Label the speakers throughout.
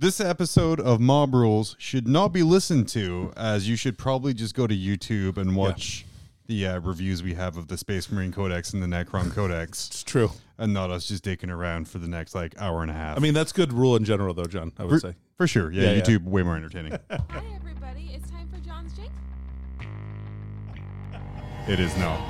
Speaker 1: This episode of Mob Rules should not be listened to, as you should probably just go to YouTube and watch the uh, reviews we have of the Space Marine Codex and the Necron Codex,
Speaker 2: It's true.
Speaker 1: and not us just digging around for the next like hour and a half.
Speaker 2: I mean, that's good rule in general, though, John. I would
Speaker 1: for,
Speaker 2: say.
Speaker 1: for sure, yeah,
Speaker 2: Yeah, yeah.
Speaker 1: YouTube way more entertaining.
Speaker 3: Hi, everybody. It's time for John's Jink.
Speaker 1: it is not.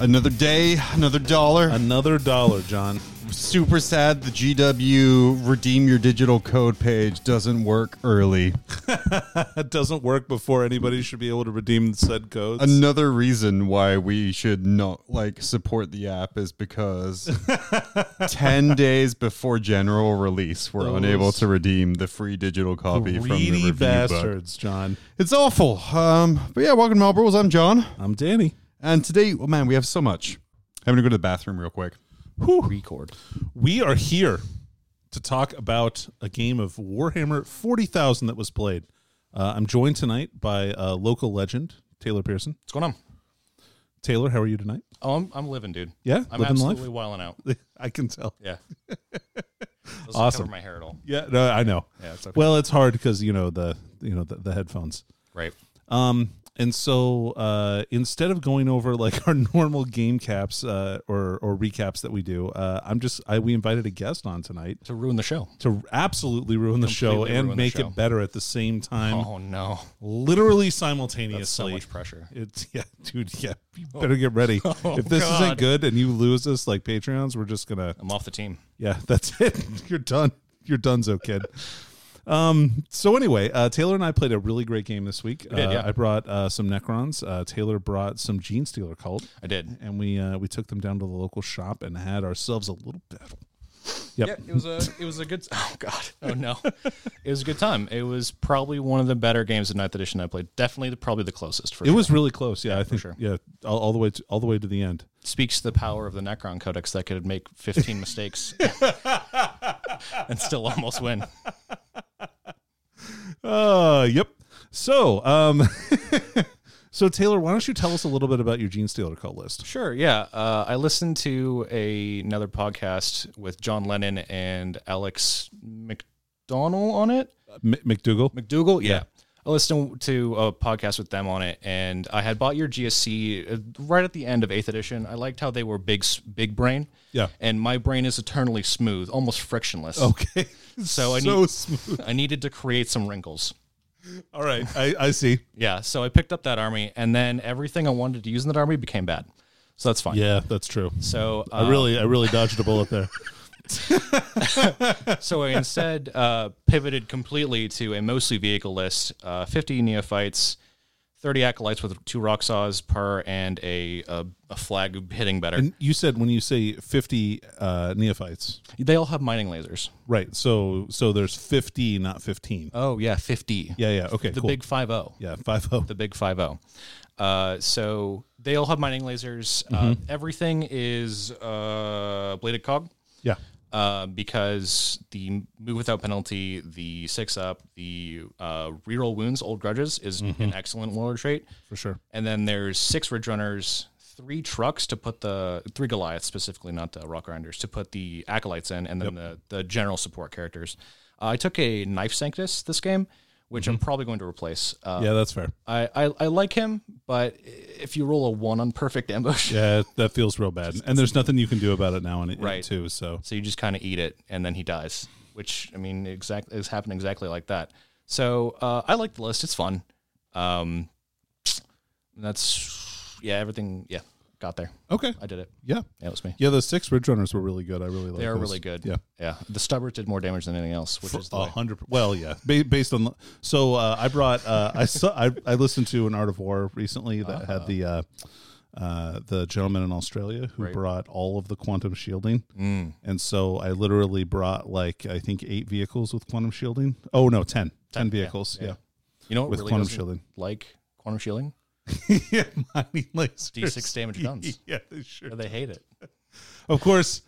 Speaker 1: Another day, another dollar.
Speaker 2: Another dollar, John.
Speaker 1: super sad the GW redeem your digital code page doesn't work early.
Speaker 2: That doesn't work before anybody should be able to redeem said codes.
Speaker 1: Another reason why we should not like support the app is because 10 days before general release we're
Speaker 2: Those
Speaker 1: unable to redeem the free digital copy from the
Speaker 2: Greedy
Speaker 1: review book.
Speaker 2: bastards, John.
Speaker 1: It's awful. Um but yeah, welcome to Mob Rules. I'm John.
Speaker 2: I'm Danny.
Speaker 1: And today, oh man, we have so much. I'm going to go to the bathroom real quick.
Speaker 4: Record.
Speaker 2: We are here to talk about a game of Warhammer 40,000 that was played. Uh, I'm joined tonight by a local legend, Taylor Pearson.
Speaker 4: What's going on?
Speaker 2: Taylor, how are you tonight?
Speaker 4: Oh, I'm, I'm living, dude.
Speaker 2: Yeah, living
Speaker 4: I'm
Speaker 2: life?
Speaker 4: absolutely wilding out.
Speaker 2: I can tell.
Speaker 4: Yeah. Doesn't
Speaker 2: Awesome.
Speaker 4: Cover my hair at all.
Speaker 2: Yeah, no, I know.
Speaker 4: Yeah, it's okay.
Speaker 2: Well, it's hard because you know the you know the, the headphones.
Speaker 4: Right.
Speaker 2: Um, and so uh, instead of going over like our normal game caps uh, or or recaps that we do, uh, I'm just I, we invited a guest on tonight
Speaker 4: To ruin the show.
Speaker 2: to absolutely ruin the show
Speaker 4: Completely
Speaker 2: and
Speaker 4: ruin the
Speaker 2: make
Speaker 4: show.
Speaker 2: it better at the same time,
Speaker 4: Oh no.
Speaker 2: literally
Speaker 4: That's so
Speaker 2: simultaneously.
Speaker 4: much pressure. Oh.
Speaker 2: it's yeah, dude. Yeah, you better get ready. if this isn't
Speaker 4: God.
Speaker 2: good and you lose us like Patreons, we're just gonna
Speaker 4: I'm off the team.
Speaker 2: yeah, that's it. You're done. You're donezo, kid. Um, so anyway, uh, Taylor and I played a really great game this week.
Speaker 4: did,
Speaker 2: uh,
Speaker 4: yeah.
Speaker 2: I brought uh, some Necrons. Uh, Taylor brought some Gene Stealer Cult,
Speaker 4: I did.
Speaker 2: and we uh, we took them down to the local shop and had ourselves a little battle.
Speaker 4: Yeah, it was a it was a good oh god. Oh no. it was a good time. It was probably one of the better games of ninth edition I played. Definitely the, probably the closest for
Speaker 2: It
Speaker 4: sure.
Speaker 2: was really close. Yeah, I think.
Speaker 4: sure.
Speaker 2: Yeah, all, all the way to, all the way to the end.
Speaker 4: speaks to the power of the Necron Codex that could make 15 mistakes and still almost win.
Speaker 2: Uh, yep. So, um, so Taylor, why don't you tell us a little bit about your Gene Stealer Cult list?
Speaker 4: Sure. Yeah. Uh, I listened to a, another podcast with John Lennon and Alex McDonald on it.
Speaker 2: M- McDougal.
Speaker 4: McDougal. Yeah. I listened to a podcast with them on it, and I had bought your GSC uh, right at the end of Eighth Edition. I liked how they were big, s- big brain.
Speaker 2: Yeah.
Speaker 4: And my brain is eternally smooth, almost frictionless.
Speaker 2: Okay.
Speaker 4: So I
Speaker 2: so
Speaker 4: need-
Speaker 2: smooth.
Speaker 4: I needed to create some wrinkles.
Speaker 2: All right, I, I see.
Speaker 4: Yeah. So I picked up that army, and then everything I wanted to use in that army became bad. So that's fine.
Speaker 2: Yeah, that's true.
Speaker 4: So uh,
Speaker 2: I really, I really dodged a bullet there.
Speaker 4: So I instead uh, pivoted completely to a mostly vehicle list: uh, 50 neophytes, 30 acolytes with two rock saws per, and a a, a flag hitting better.
Speaker 2: And you said when you say fifty uh, neophytes,
Speaker 4: they all have mining lasers.
Speaker 2: right? So, so there's fifty, not fifteen.
Speaker 4: Oh yeah, 50.
Speaker 2: yeah, yeah. Okay,
Speaker 4: the
Speaker 2: cool.
Speaker 4: big five zero.
Speaker 2: yeah, five oh. zero.
Speaker 4: the big five zero. Uh, so they all have mining lasers. Uh,
Speaker 2: Mm-hmm.
Speaker 4: everything is uh, bladed cog.
Speaker 2: Yeah,
Speaker 4: uh, because the move without penalty, the six up, the uh, reroll wounds, old grudges is an excellent warlord trait.
Speaker 2: Mm-hmm. for sure.
Speaker 4: And then there's six ridge runners, three trucks to put the three Goliaths specifically, not the rock grinders, to put the acolytes in, and then the, the general support characters. Uh, I took a knife sanctus this game, which I'm probably going to replace. Uh,
Speaker 2: Mm-hmm. Yeah, that's fair.
Speaker 4: I, I I like him, but if you roll a one on perfect ambush,
Speaker 2: Yeah, that feels real bad. And there's nothing you can do about it now, and it
Speaker 4: Right.
Speaker 2: too. So,
Speaker 4: So you just kind of eat it, and then he dies, which I mean, exactly is happened exactly like that. So uh, I like the list; it's fun. Um, that's yeah, everything. Yeah, got there.
Speaker 2: okay,
Speaker 4: I did it.
Speaker 2: yeah,
Speaker 4: Yeah, it was me.
Speaker 2: yeah. The six ridge runners were really good. I really like.
Speaker 4: They are
Speaker 2: those.
Speaker 4: really good.
Speaker 2: Yeah.
Speaker 4: yeah. The stubbers did more damage than anything else, which is the
Speaker 2: A
Speaker 4: way.
Speaker 2: hundred. per- Well, yeah. Ba- based on so uh, I brought uh, I saw I, I listened to an Art of War recently that
Speaker 4: Uh-huh.
Speaker 2: had the uh, uh, the gentleman in Australia who brought all of the quantum shielding,
Speaker 4: Mm.
Speaker 2: and so I literally brought like I think eight vehicles with quantum shielding. Oh no, ten. Ten, vehicles. Yeah.
Speaker 4: You know what
Speaker 2: with
Speaker 4: really
Speaker 2: quantum
Speaker 4: doesn't
Speaker 2: shielding.
Speaker 4: like quantum shielding?
Speaker 2: Yeah. mining lasers.
Speaker 4: D6 damage guns.
Speaker 2: Yeah, they sure.
Speaker 4: They hate it.
Speaker 2: Of course.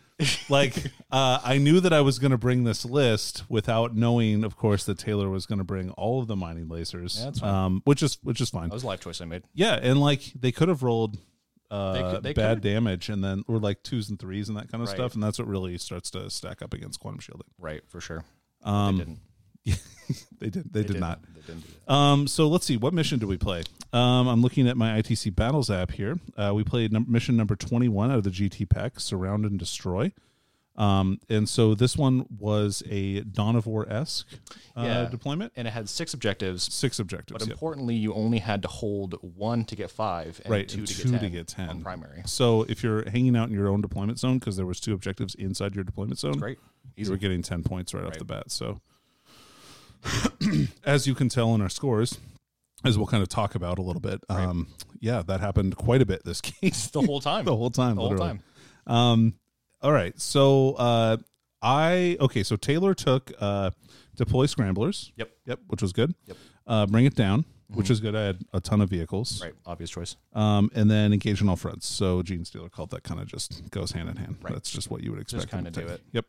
Speaker 2: like uh, I knew that I was going to bring this list without knowing, of course, that Taylor was going to bring all of the mining lasers.
Speaker 4: Yeah, that's fine.
Speaker 2: um, which is which is fine.
Speaker 4: That was a life choice I made.
Speaker 2: Yeah, and like they could have rolled uh,
Speaker 4: They could- they
Speaker 2: bad
Speaker 4: could've-
Speaker 2: damage, and then or like twos and threes and that kind of
Speaker 4: Right.
Speaker 2: stuff, and that's what really starts to stack up against quantum shielding.
Speaker 4: Right, for sure.
Speaker 2: Um,
Speaker 4: they didn't.
Speaker 2: They did. They, did
Speaker 4: didn't.
Speaker 2: not.
Speaker 4: They didn't do that.
Speaker 2: Um, so let's see. What mission do we play? Um, I'm looking at my ITC Battles app here. Uh, we played num- mission number 21 out of the GT pack, Surround and Destroy. Um, and so this one was a Dawn of War esque uh,
Speaker 4: Yeah.
Speaker 2: deployment.
Speaker 4: And it had six objectives,
Speaker 2: Six
Speaker 4: but
Speaker 2: objectives. yep.
Speaker 4: importantly, you only had to hold one to get five and
Speaker 2: Right,
Speaker 4: two,
Speaker 2: and
Speaker 4: to,
Speaker 2: two to
Speaker 4: get 10
Speaker 2: get 10.
Speaker 4: on primary.
Speaker 2: So if you're hanging out in your own deployment zone, because there was two objectives inside your deployment zone,
Speaker 4: Great.
Speaker 2: you were getting 10 points right, off the bat. So as you can tell in our scores, as we'll kind of talk about a little bit, um, yeah, that happened quite a bit this game.
Speaker 4: The whole time.
Speaker 2: the whole time.
Speaker 4: The whole
Speaker 2: literally.
Speaker 4: time.
Speaker 2: Um, all right. So uh, I okay. So Taylor took uh, deploy scramblers.
Speaker 4: Yep.
Speaker 2: Yep. Which was good.
Speaker 4: Yep. Mm-hmm.
Speaker 2: Uh, bring it down, which is good. I had a ton of vehicles.
Speaker 4: Right. Obvious choice.
Speaker 2: Um, and then engage on all fronts. So Gene Steeler cult that kind of just goes hand in hand. That's just what you would expect. him
Speaker 4: kinda
Speaker 2: to
Speaker 4: do
Speaker 2: take.
Speaker 4: it.
Speaker 2: Yep.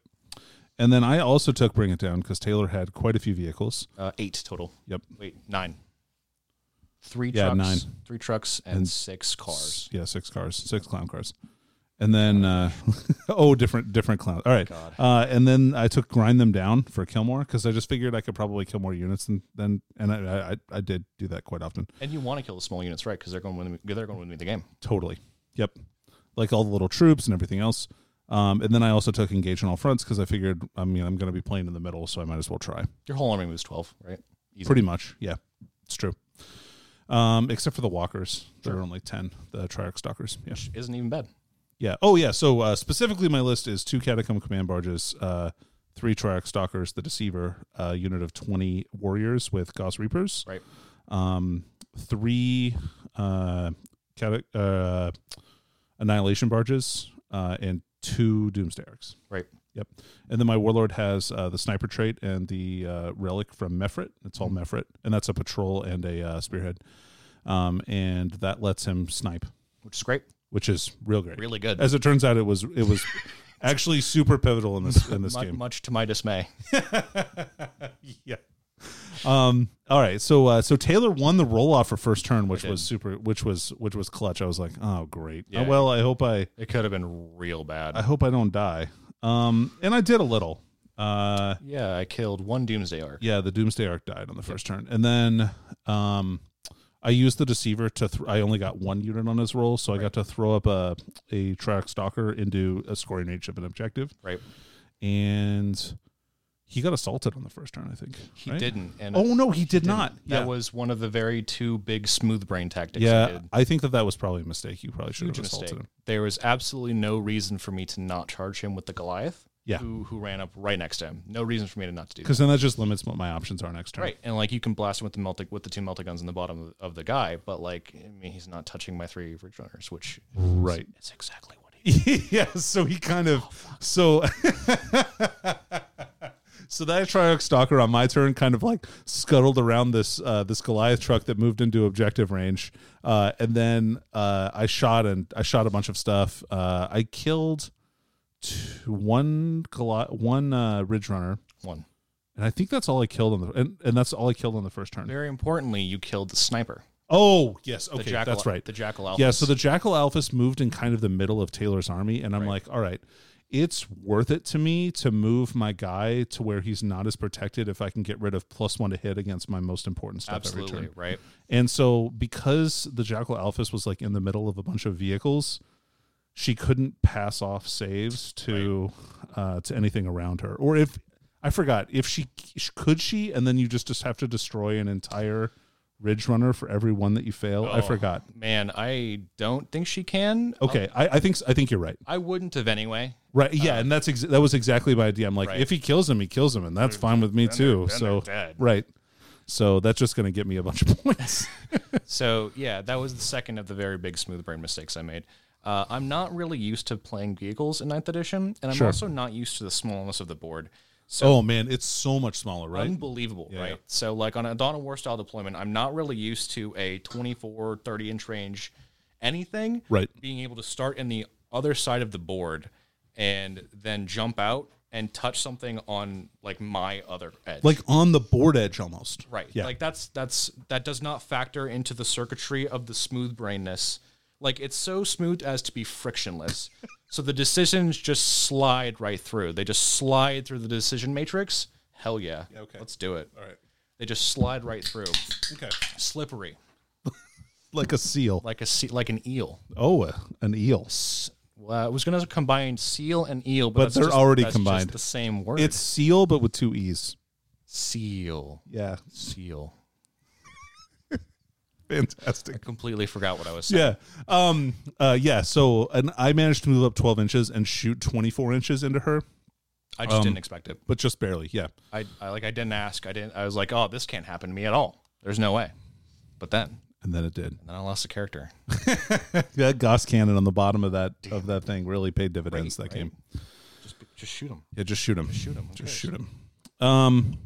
Speaker 2: And then I also took bring it down because Taylor had quite a few vehicles.
Speaker 4: Uh, eight total.
Speaker 2: Yep.
Speaker 4: Wait, nine. Three
Speaker 2: Yeah,
Speaker 4: trucks.
Speaker 2: nine.
Speaker 4: Three trucks and,
Speaker 2: And
Speaker 4: six cars.
Speaker 2: Yeah, six cars, six clown cars. And then uh, oh, different different clowns. All right.
Speaker 4: God.
Speaker 2: Uh, and then I took grind them down for Kilmore because I just figured I could probably kill more units than than and I, I I did do that quite often.
Speaker 4: And you want to kill the small units, right? Because they're going to win. They're going to win the game.
Speaker 2: Totally. Yep. Like all the little troops and everything else. Um, and then I also took engage on all fronts because I figured I mean I'm going to be playing in the middle, so I might as well try.
Speaker 4: Your whole army was twelve, right? Easy.
Speaker 2: Pretty much. Yeah, it's true. Um, except for the walkers, there are only ten. The triarch stalkers. Yeah.
Speaker 4: isn't even bad.
Speaker 2: Yeah. Oh, yeah. So uh, specifically, my list is two catacomb command barges, uh, three triarch stalkers, the deceiver, a unit of twenty warriors with Goss Reapers,
Speaker 4: Right.
Speaker 2: um, three uh, cata- uh, annihilation barges, uh, and two doomsday arcs.
Speaker 4: Right.
Speaker 2: Yep. And then my warlord has uh, the sniper trait and the uh, relic from Mefrit. It's
Speaker 4: Mm-hmm.
Speaker 2: all Mefrit, and that's a patrol and a uh, spearhead, um, and that lets him snipe,
Speaker 4: Which is great.
Speaker 2: which is real great.
Speaker 4: Really good.
Speaker 2: As it turns out, it was it was actually super pivotal in this in this
Speaker 4: Mu-
Speaker 2: game.
Speaker 4: Much to my dismay.
Speaker 2: Yeah. Um. All right. So uh, so Taylor won the roll off for first turn, which
Speaker 4: I did.
Speaker 2: was super, which was which was clutch. I was like, oh great. Oh,
Speaker 4: Yeah.
Speaker 2: well, I hope I
Speaker 4: It could have been real bad.
Speaker 2: I hope I don't die. Um. And I did a little. Uh.
Speaker 4: yeah, I killed one Doomsday Arc.
Speaker 2: Yeah. The Doomsday Arc died on the first turn, and then um. I used the deceiver to. Th- I only got one unit on his roll, so I got to throw up a a track stalker into a scoring range of an objective.
Speaker 4: Right.
Speaker 2: and he got assaulted on the first turn, I think.
Speaker 4: He
Speaker 2: right?
Speaker 4: didn't. And
Speaker 2: Oh no, he did not.
Speaker 4: That
Speaker 2: yeah.
Speaker 4: was one of the very two big smooth brain tactics. I
Speaker 2: yeah.
Speaker 4: did.
Speaker 2: I think that that was probably a mistake. You probably should
Speaker 4: Huge
Speaker 2: have assaulted
Speaker 4: mistake.
Speaker 2: him.
Speaker 4: There was absolutely no reason for me to not charge him with the Goliath.
Speaker 2: Yeah.
Speaker 4: Who who ran up right next to him? No reason for me to not to do that.
Speaker 2: Because then that just limits what my options are next turn.
Speaker 4: Right, and like you can blast him with the melted with the two melted guns in the bottom of, of the guy, but like I mean, he's not touching my three ridge runners, which
Speaker 2: Right.
Speaker 4: is exactly what he.
Speaker 2: yeah. So he kind of so. So that Triarch Stalker on my turn kind of like scuttled around this uh, this Goliath truck that moved into objective range, uh, and then uh, I shot and I shot a bunch of stuff. Uh, I killed two, one Goli- one uh, Ridge Runner,
Speaker 4: One.
Speaker 2: and I think that's all I killed on the and, and that's all I killed on the first turn.
Speaker 4: Very importantly, you killed the sniper.
Speaker 2: Oh yes,
Speaker 4: The
Speaker 2: okay,
Speaker 4: jackal,
Speaker 2: that's right.
Speaker 4: The jackal alpha.
Speaker 2: yeah, so the Jackal Alphas moved in kind of the middle of Taylor's army, and I'm
Speaker 4: Right.
Speaker 2: like, all right, it's worth it to me to move my guy to where he's not as protected if I can get rid of plus one to hit against my most important stuff every
Speaker 4: absolutely
Speaker 2: turn.
Speaker 4: right.
Speaker 2: And so because the Jackal Alphas was like in the middle of a bunch of vehicles, she couldn't pass off saves to uh, to anything around her, or if I forgot if she could she, and then you just just have to destroy an entire ridge runner for every one that you fail. I
Speaker 4: Oh,
Speaker 2: forgot.
Speaker 4: Man, I don't think she can.
Speaker 2: Okay, I, I think s- I think you're right.
Speaker 4: I wouldn't have anyway.
Speaker 2: Right, yeah, and that's ex- that was exactly my idea. I'm like,
Speaker 4: Uh, Right.
Speaker 2: if he kills him, he kills him, and that's fine with me too.
Speaker 4: they're- then
Speaker 2: so
Speaker 4: they're dead.
Speaker 2: right, so that's just gonna get me a bunch of points.
Speaker 4: So yeah, that was the second of the very big smooth brain mistakes I made. Uh, I'm not really used to playing vehicles in 9th edition, and I'm
Speaker 2: Sure.
Speaker 4: also not used to the smallness of the board. So Um,
Speaker 2: oh man, it's so much smaller, right?
Speaker 4: unbelievable,
Speaker 2: Yeah,
Speaker 4: right?
Speaker 2: yeah.
Speaker 4: So like on a Dawn of War style deployment, I'm not really used to a 24, 30 inch range anything.
Speaker 2: Right.
Speaker 4: Being able to start in the other side of the board and then jump out and touch something on like my other edge.
Speaker 2: like on the board edge almost.
Speaker 4: Right.
Speaker 2: Yeah.
Speaker 4: Like that's that's that does not factor into the circuitry of the smooth brainness. Like it's so smooth as to be frictionless. so the decisions just slide right through. They just slide through the decision matrix. Hell yeah.
Speaker 2: okay.
Speaker 4: Let's do it.
Speaker 2: All right.
Speaker 4: They just slide right through.
Speaker 2: Okay.
Speaker 4: Slippery.
Speaker 2: Like a seal.
Speaker 4: Like a sea, like an eel.
Speaker 2: oh, uh, an eel.
Speaker 4: Well, I was gonna combine seal and eel, but, that's
Speaker 2: they're
Speaker 4: just-
Speaker 2: already
Speaker 4: that's just
Speaker 2: combined.
Speaker 4: the same word.
Speaker 2: It's seal, but with two e's.
Speaker 4: seal.
Speaker 2: Yeah.
Speaker 4: Seal.
Speaker 2: Fantastic.
Speaker 4: Completely forgot what I was saying.
Speaker 2: Yeah. Um. Uh. Yeah. So, and I managed to move up twelve inches and shoot twenty four inches into her,
Speaker 4: I just
Speaker 2: um,
Speaker 4: didn't expect it.
Speaker 2: but just barely. Yeah.
Speaker 4: I, I like I didn't ask. I didn't. I was like, oh, this can't happen to me at all. There's no way. But then,
Speaker 2: And then it did.
Speaker 4: then I lost the character.
Speaker 2: That Gauss cannon on the bottom of that of that thing really paid dividends that game.
Speaker 4: Just just shoot him.
Speaker 2: Yeah, just shoot him. Just
Speaker 4: shoot him. Who
Speaker 2: Just
Speaker 4: cares?
Speaker 2: shoot him. Um,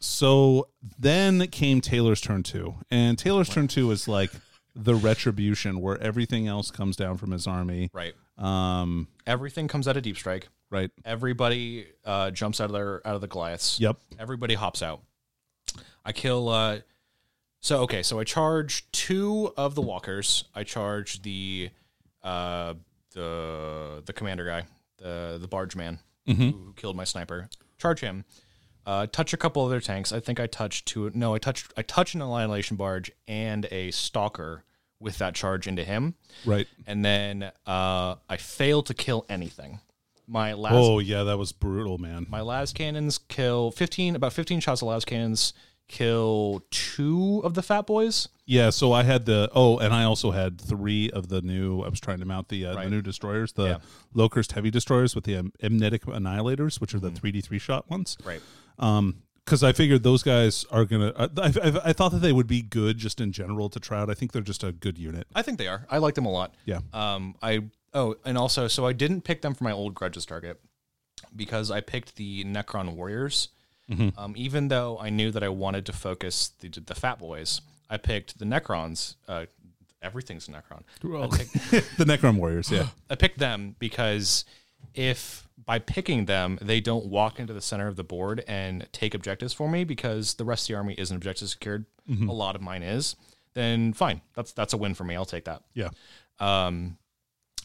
Speaker 2: so then came Taylor's turn two, and Taylor's turn two is like the retribution where everything else comes down from his army.
Speaker 4: Right.
Speaker 2: Um.
Speaker 4: Everything comes out of deep strike.
Speaker 2: Right.
Speaker 4: Everybody uh, jumps out of their out of the Goliaths.
Speaker 2: Yep.
Speaker 4: Everybody hops out. I kill. Uh, so okay. So I charge two of the walkers. I charge the uh, the the commander guy, the the barge man who, who killed my sniper. Charge him. Uh, touch a couple other tanks. I think I touched two. No, I touched I touched an annihilation barge and a stalker with that charge into him,
Speaker 2: Right.
Speaker 4: and then uh, I fail to kill anything. My last
Speaker 2: Oh yeah, that was brutal, man.
Speaker 4: my las cannons kill 15 about 15 shots of las cannons kill two of the fat boys
Speaker 2: Yeah, so I had the oh, and I also had three of the new. I was trying to mount the, uh, the
Speaker 4: Right.
Speaker 2: new destroyers, the
Speaker 4: Yeah.
Speaker 2: Locust heavy destroyers with the um, amnetic annihilators, which are
Speaker 4: Mm-hmm.
Speaker 2: the three D three shot ones.
Speaker 4: right
Speaker 2: Um, because I figured those guys are gonna. I, I, I thought that they would be good just in general to try out. I think they're just a good unit.
Speaker 4: i think they are i like them a lot
Speaker 2: Yeah.
Speaker 4: um i oh and also so i didn't pick them for my old grudges target because i picked the necron warriors um, even though i knew that i wanted to focus the, the fat boys i picked the necrons uh, everything's a necron I picked-
Speaker 2: the Necron warriors. Yeah,
Speaker 4: I picked them because if by picking them they don't walk into the center of the board and take objectives for me because the rest of the army isn't objective secured, a lot of mine is, then fine. That's that's a win for me. I'll take that.
Speaker 2: yeah.
Speaker 4: Um,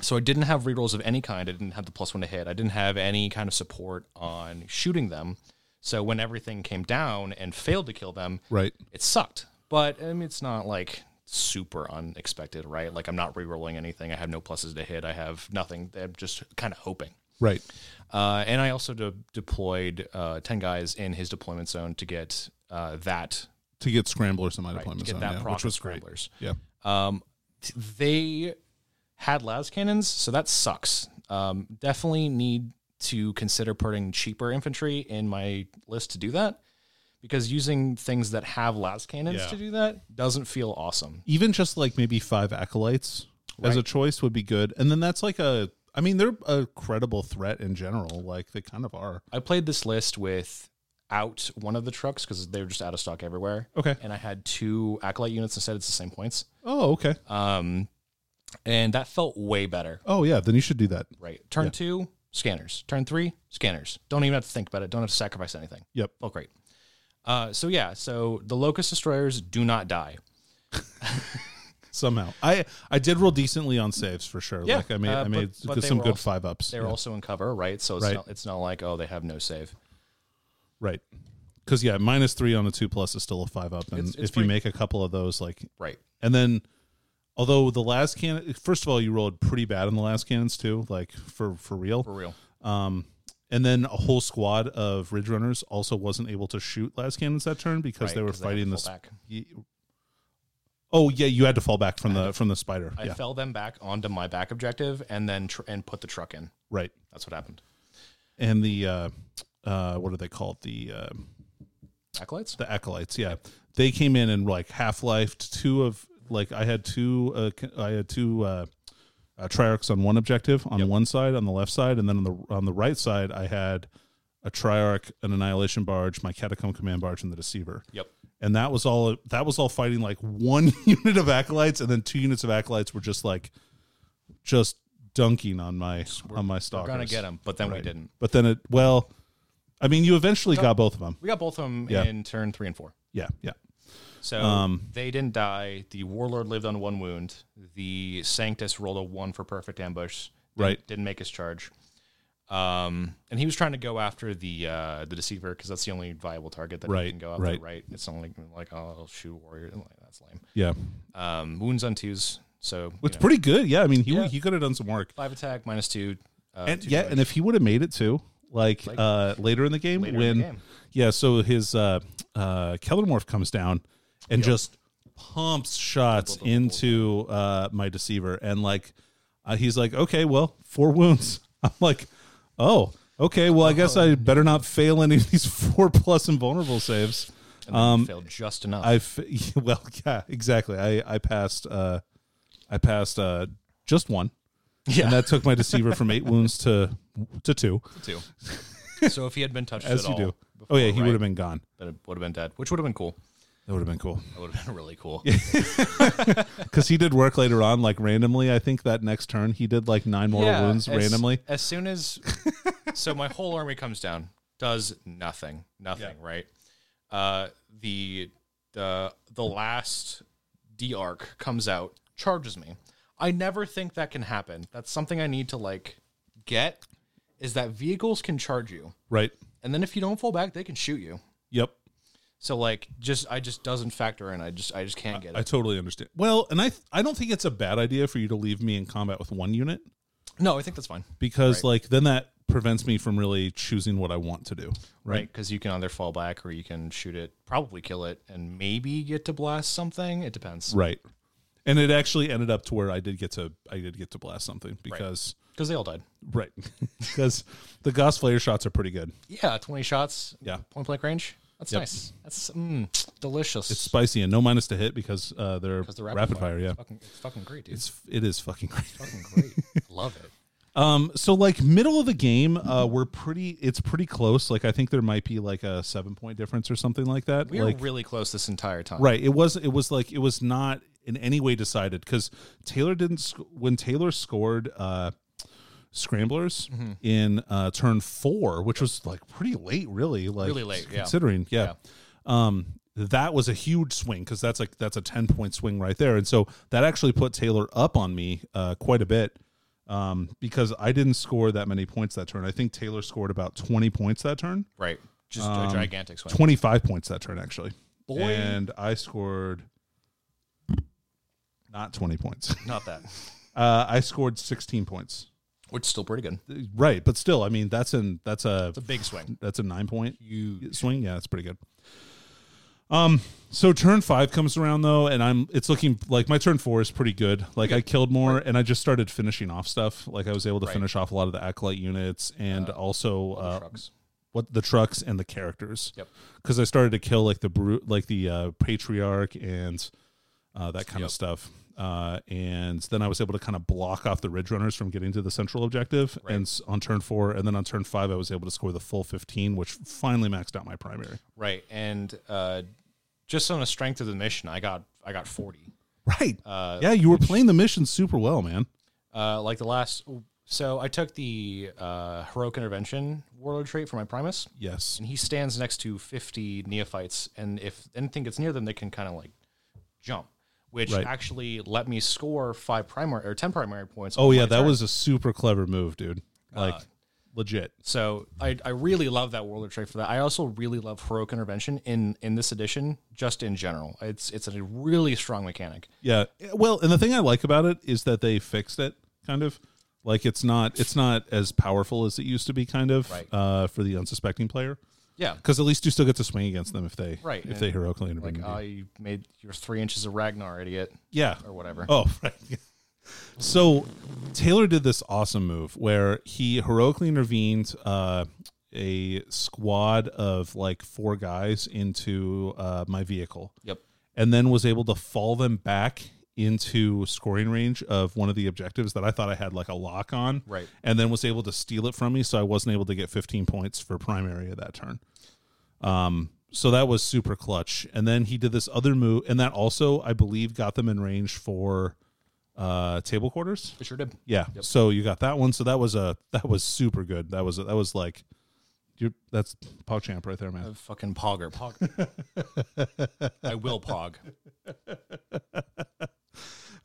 Speaker 4: so I didn't have rerolls of any kind. I didn't have the plus one to hit. I didn't have any kind of support on shooting them. So when everything came down and failed to kill them,
Speaker 2: Right.
Speaker 4: it sucked. But I mean, it's not like super unexpected, right? Like I'm not re-rolling anything. I have no pluses to hit. I have nothing. I'm just kind of hoping.
Speaker 2: Right.
Speaker 4: Uh, and I also de- deployed uh, ten guys in his deployment zone to get uh, that
Speaker 2: To get scramblers in my
Speaker 4: right, to
Speaker 2: deployment
Speaker 4: get
Speaker 2: zone,
Speaker 4: that
Speaker 2: yeah,
Speaker 4: proc
Speaker 2: which was great.
Speaker 4: scramblers.
Speaker 2: Yeah.
Speaker 4: Um, t- they had las cannons, so that sucks. Um, definitely need to consider putting cheaper infantry in my list to do that because using things that have las cannons
Speaker 2: Yeah.
Speaker 4: to do that doesn't feel awesome.
Speaker 2: even just like maybe five acolytes as a choice would be good. And then that's like a, I mean, they're a credible threat in general. Like they kind of are.
Speaker 4: I played this list with out one of the trucks because they were just out of stock everywhere.
Speaker 2: Okay.
Speaker 4: And I had two acolyte units instead. It's the same points.
Speaker 2: Oh, okay.
Speaker 4: Um, and that felt way better.
Speaker 2: Oh, yeah. Then you should do that.
Speaker 4: Right. Turn two, scanners. Turn three, scanners. Don't even have to think about it. Don't have to sacrifice anything.
Speaker 2: Yep.
Speaker 4: Felt great. Uh, so yeah, so the locust destroyers do not die.
Speaker 2: Somehow, I I did roll decently on saves for sure.
Speaker 4: Yeah.
Speaker 2: Like I made
Speaker 4: Uh,
Speaker 2: I made
Speaker 4: but- but they
Speaker 2: some
Speaker 4: were
Speaker 2: good
Speaker 4: also-
Speaker 2: five ups.
Speaker 4: They're
Speaker 2: Yeah.
Speaker 4: also in cover, right? So it's
Speaker 2: Right.
Speaker 4: not it's not like oh they have no save.
Speaker 2: right. Because yeah, minus three on a two plus is still a five up, and
Speaker 4: It's- it's
Speaker 2: if you
Speaker 4: pretty-
Speaker 2: make a couple of those, like
Speaker 4: Right.
Speaker 2: And then, although the last cannon, first of all, you rolled pretty bad on the last cannons too, like for for real.
Speaker 4: For real.
Speaker 2: Um, and then a whole squad of Ridge Runners also wasn't able to shoot last cannons that turn because
Speaker 4: Right,
Speaker 2: they were
Speaker 4: 'cause they had to
Speaker 2: fighting
Speaker 4: fall
Speaker 2: this.
Speaker 4: back.
Speaker 2: Oh yeah, you had to fall back from the from the spider.
Speaker 4: I
Speaker 2: yeah,
Speaker 4: fell them back onto my back objective and then tr- and put the truck in.
Speaker 2: right.
Speaker 4: That's what happened.
Speaker 2: And the uh, uh, what are they called? The uh,
Speaker 4: Acolytes?
Speaker 2: the acolytes. Yeah, they came in and like half lifed two of like I had two. Uh, ca- I had two. Uh, uh, triarchs on one objective on one side on the left side and then on the on the right side I had a triarch an annihilation barge my catacomb command barge and the deceiver
Speaker 4: Yep.
Speaker 2: and that was all that was all fighting like one unit of acolytes and then two units of acolytes were just like just dunking on my on my stalkers.
Speaker 4: Gonna get him, but then we
Speaker 2: Right.
Speaker 4: didn't.
Speaker 2: But then it well, I mean, you eventually got both of them.
Speaker 4: We got both of them
Speaker 2: Yeah.
Speaker 4: in turn three and four.
Speaker 2: Yeah, yeah.
Speaker 4: So
Speaker 2: Um,
Speaker 4: they didn't die. The warlord lived on one wound. The Sanctus rolled a one for perfect ambush. Didn't-
Speaker 2: Right.
Speaker 4: Didn't make his charge. Um, and he was trying to go after the uh, the deceiver because that's the only viable target that
Speaker 2: Right,
Speaker 4: he can go after.
Speaker 2: right.
Speaker 4: Right. It's only like oh shoot warrior. Like, that's lame.
Speaker 2: Yeah.
Speaker 4: Um, wounds on twos. So you
Speaker 2: It's
Speaker 4: know,
Speaker 2: pretty good. Yeah, I mean, he
Speaker 4: Yeah.
Speaker 2: he could have done some work.
Speaker 4: five attack minus two. Uh,
Speaker 2: and
Speaker 4: two
Speaker 2: yeah,
Speaker 4: damage.
Speaker 2: and if he would have made it too, like uh, later in the game
Speaker 4: Later in
Speaker 2: when
Speaker 4: the game.
Speaker 2: yeah, so his uh, uh, Kellermorph comes down and just pumps shots into uh, my deceiver, and like uh, he's like, okay, well, four wounds. I'm like, oh, okay, well, I guess I better not fail any of these four plus invulnerable saves.
Speaker 4: And then he failed just enough.
Speaker 2: um, I f- well, yeah, exactly. I I passed uh, I passed uh, just one.
Speaker 4: yeah,
Speaker 2: And that took my deceiver from eight wounds to to two.
Speaker 4: too. so if he had been touched
Speaker 2: as
Speaker 4: at
Speaker 2: you
Speaker 4: all,
Speaker 2: do.
Speaker 4: before,
Speaker 2: Oh yeah, he
Speaker 4: right,
Speaker 2: would have been gone.
Speaker 4: That would have been dead, which would have been cool.
Speaker 2: That would have been cool
Speaker 4: That would have been really cool.
Speaker 2: because he did work later on, like randomly. I think that next turn he did like nine mortal wounds
Speaker 4: as-
Speaker 2: randomly.
Speaker 4: As soon as so my whole army comes down, does nothing, nothing, right? Uh, the the the last D arc comes out, charges me. I never think that can happen. That's something I need to like get is that vehicles can charge you,
Speaker 2: Right.
Speaker 4: and then if you don't fall back, they can shoot you.
Speaker 2: Yep.
Speaker 4: So like, just I just doesn't factor in. I just I just can't get
Speaker 2: I
Speaker 4: it.
Speaker 2: totally understand. Well, and I th- I don't think it's a bad idea for you to leave me in combat with one unit
Speaker 4: No, I think that's fine.
Speaker 2: because like then that prevents me from really choosing what I want to do.
Speaker 4: right? Because you can either fall back or you can shoot it, probably kill it, and maybe get to blast something. It depends
Speaker 2: Right. And it actually ended up to where I did get to I did get to blast something because
Speaker 4: because they all died.
Speaker 2: right because the Goss Flayer shots are pretty good.
Speaker 4: Yeah, twenty shots.
Speaker 2: Yeah.
Speaker 4: point blank range. That's nice. That's mm, delicious.
Speaker 2: It's spicy and no minus to hit because uh, they're,
Speaker 4: Because
Speaker 2: rapid, fire. Yeah,
Speaker 4: It's fucking, it's fucking great, dude. It's
Speaker 2: it's it is fucking great.
Speaker 4: fucking great. Love it.
Speaker 2: Um, so like middle of the game, uh, we're pretty. It's pretty close. Like I think there might be like a seven point difference or something like that.
Speaker 4: We
Speaker 2: like
Speaker 4: were really close this entire time.
Speaker 2: right, it was it was like it was not in any way decided because Taylor didn't sc- when Taylor scored uh, scramblers
Speaker 4: Mm-hmm.
Speaker 2: in uh, turn four, which was like pretty late, really. Like
Speaker 4: Really late, yeah.
Speaker 2: considering, yeah. Um, that was a huge swing because that's like that's a ten point swing right there, and so that actually put Taylor up on me uh, quite a bit um, because I didn't score that many points that turn. I think Taylor scored about twenty points that turn,
Speaker 4: right. Just a gigantic swing.
Speaker 2: Um, twenty five points that turn actually,
Speaker 4: Boy.
Speaker 2: and I scored not twenty points.
Speaker 4: Not that,
Speaker 2: Uh, I scored sixteen points.
Speaker 4: which is still pretty good. It's
Speaker 2: Right, but still, I mean, that's an that's a
Speaker 4: a big swing.
Speaker 2: that's a nine point
Speaker 4: You
Speaker 2: swing. Yeah, that's pretty good. Um, so turn five comes around though, and I'm it's looking like my turn four is pretty good. Like I killed more, and I just started finishing off stuff. Like I was able to finish off a lot of the acolyte units, and also uh,
Speaker 4: trucks.
Speaker 2: what the trucks and the characters.
Speaker 4: Yep.
Speaker 2: Because I started to kill like the bru- like the uh, patriarch and uh, that kind of
Speaker 4: Yep.
Speaker 2: stuff. Uh, and then I was able to kind of block off the ridge runners from getting to the central objective. And s- on turn four, and then on turn five, I was able to score the full fifteen, which finally maxed out my primary.
Speaker 4: Right. And uh, just on the strength of the mission, I got I got forty.
Speaker 2: Right. yeah, you were playing the mission super well, man.
Speaker 4: Uh, like the last, so I took the uh, heroic intervention warlord trait for my Primus,
Speaker 2: Yes.
Speaker 4: and he stands next to fifty neophytes, and if anything gets near them, they can kind of like jump, which
Speaker 2: Right.
Speaker 4: actually let me score five primary or ten primary points.
Speaker 2: Oh
Speaker 4: on
Speaker 2: yeah,
Speaker 4: my
Speaker 2: that
Speaker 4: turn.
Speaker 2: was a super clever move, dude.
Speaker 4: Uh,
Speaker 2: Like legit.
Speaker 4: so. I, I really love that warlord trait for that. I also really love heroic intervention in in this edition, just in general. It's it's a really strong mechanic.
Speaker 2: Yeah. Well, and the thing I like about it is that they fixed it kind of like it's not it's not as powerful as it used to be kind of
Speaker 4: Right.
Speaker 2: uh, for the unsuspecting player
Speaker 4: Yeah,
Speaker 2: because at least you still get to swing against them if they
Speaker 4: Right,
Speaker 2: if they
Speaker 4: and,
Speaker 2: heroically
Speaker 4: like
Speaker 2: intervene. with you.
Speaker 4: I made your three inches of Ragnar, idiot,
Speaker 2: yeah.
Speaker 4: or whatever.
Speaker 2: Oh, right. so Taylor did this awesome move where he heroically intervened uh, a squad of like four guys into uh, my vehicle.
Speaker 4: Yep.
Speaker 2: and then was able to fall them back into scoring range of one of the objectives that I thought I had like a lock on.
Speaker 4: Right.
Speaker 2: And then was able to steal it from me. So I wasn't able to get 15 points for primary of that turn. Um, so that was super clutch. And then he did this other move. And that also, I believe, got them in range for uh, table quarters.
Speaker 4: It sure did.
Speaker 2: Yeah. So you got that one. So that was a that was super good. That was that was like, you that's PogChamp right there, man.
Speaker 4: A fucking pogger. Pog. I will pog.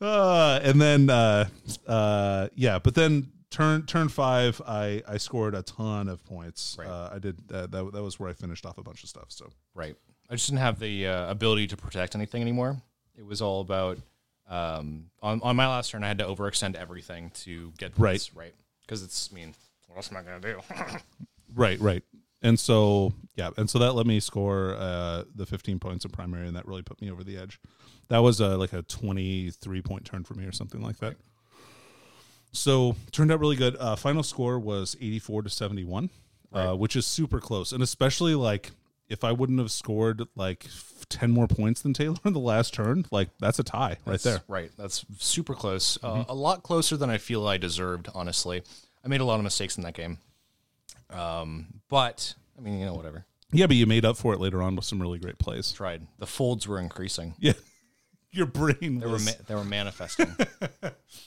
Speaker 2: Uh, and then uh, uh, yeah, but then turn turn five, I I scored a ton of points.
Speaker 4: Right.
Speaker 2: Uh, I did uh, that. That was where I finished off a bunch of stuff. So
Speaker 4: Right. I just didn't have the uh, ability to protect anything anymore. It was all about um, on on my last turn. I had to overextend everything to get points, right? Because it's I mean, what else am I gonna do?
Speaker 2: right, right. And so yeah, and so that let me score uh, the 15 points in primary, and that really put me over the edge. That was uh, like a 23 point turn for me, or something like that. So turned out really good. Uh, final score was 84 to 71, uh, which is super close. And especially like if I wouldn't have scored like f- 10 more points than Taylor in the last turn, like that's a tie right there. Mm-hmm.
Speaker 4: Right. That's super close. Uh, a lot closer than I feel I deserved, honestly. I made a lot of mistakes in that game. Um, but, I mean, you know, whatever.
Speaker 2: Yeah, but you made up for it later on with some really great plays.
Speaker 4: Tried. The folds were increasing,
Speaker 2: Yeah. Your brain
Speaker 4: they were,
Speaker 2: was
Speaker 4: ma- they were manifesting.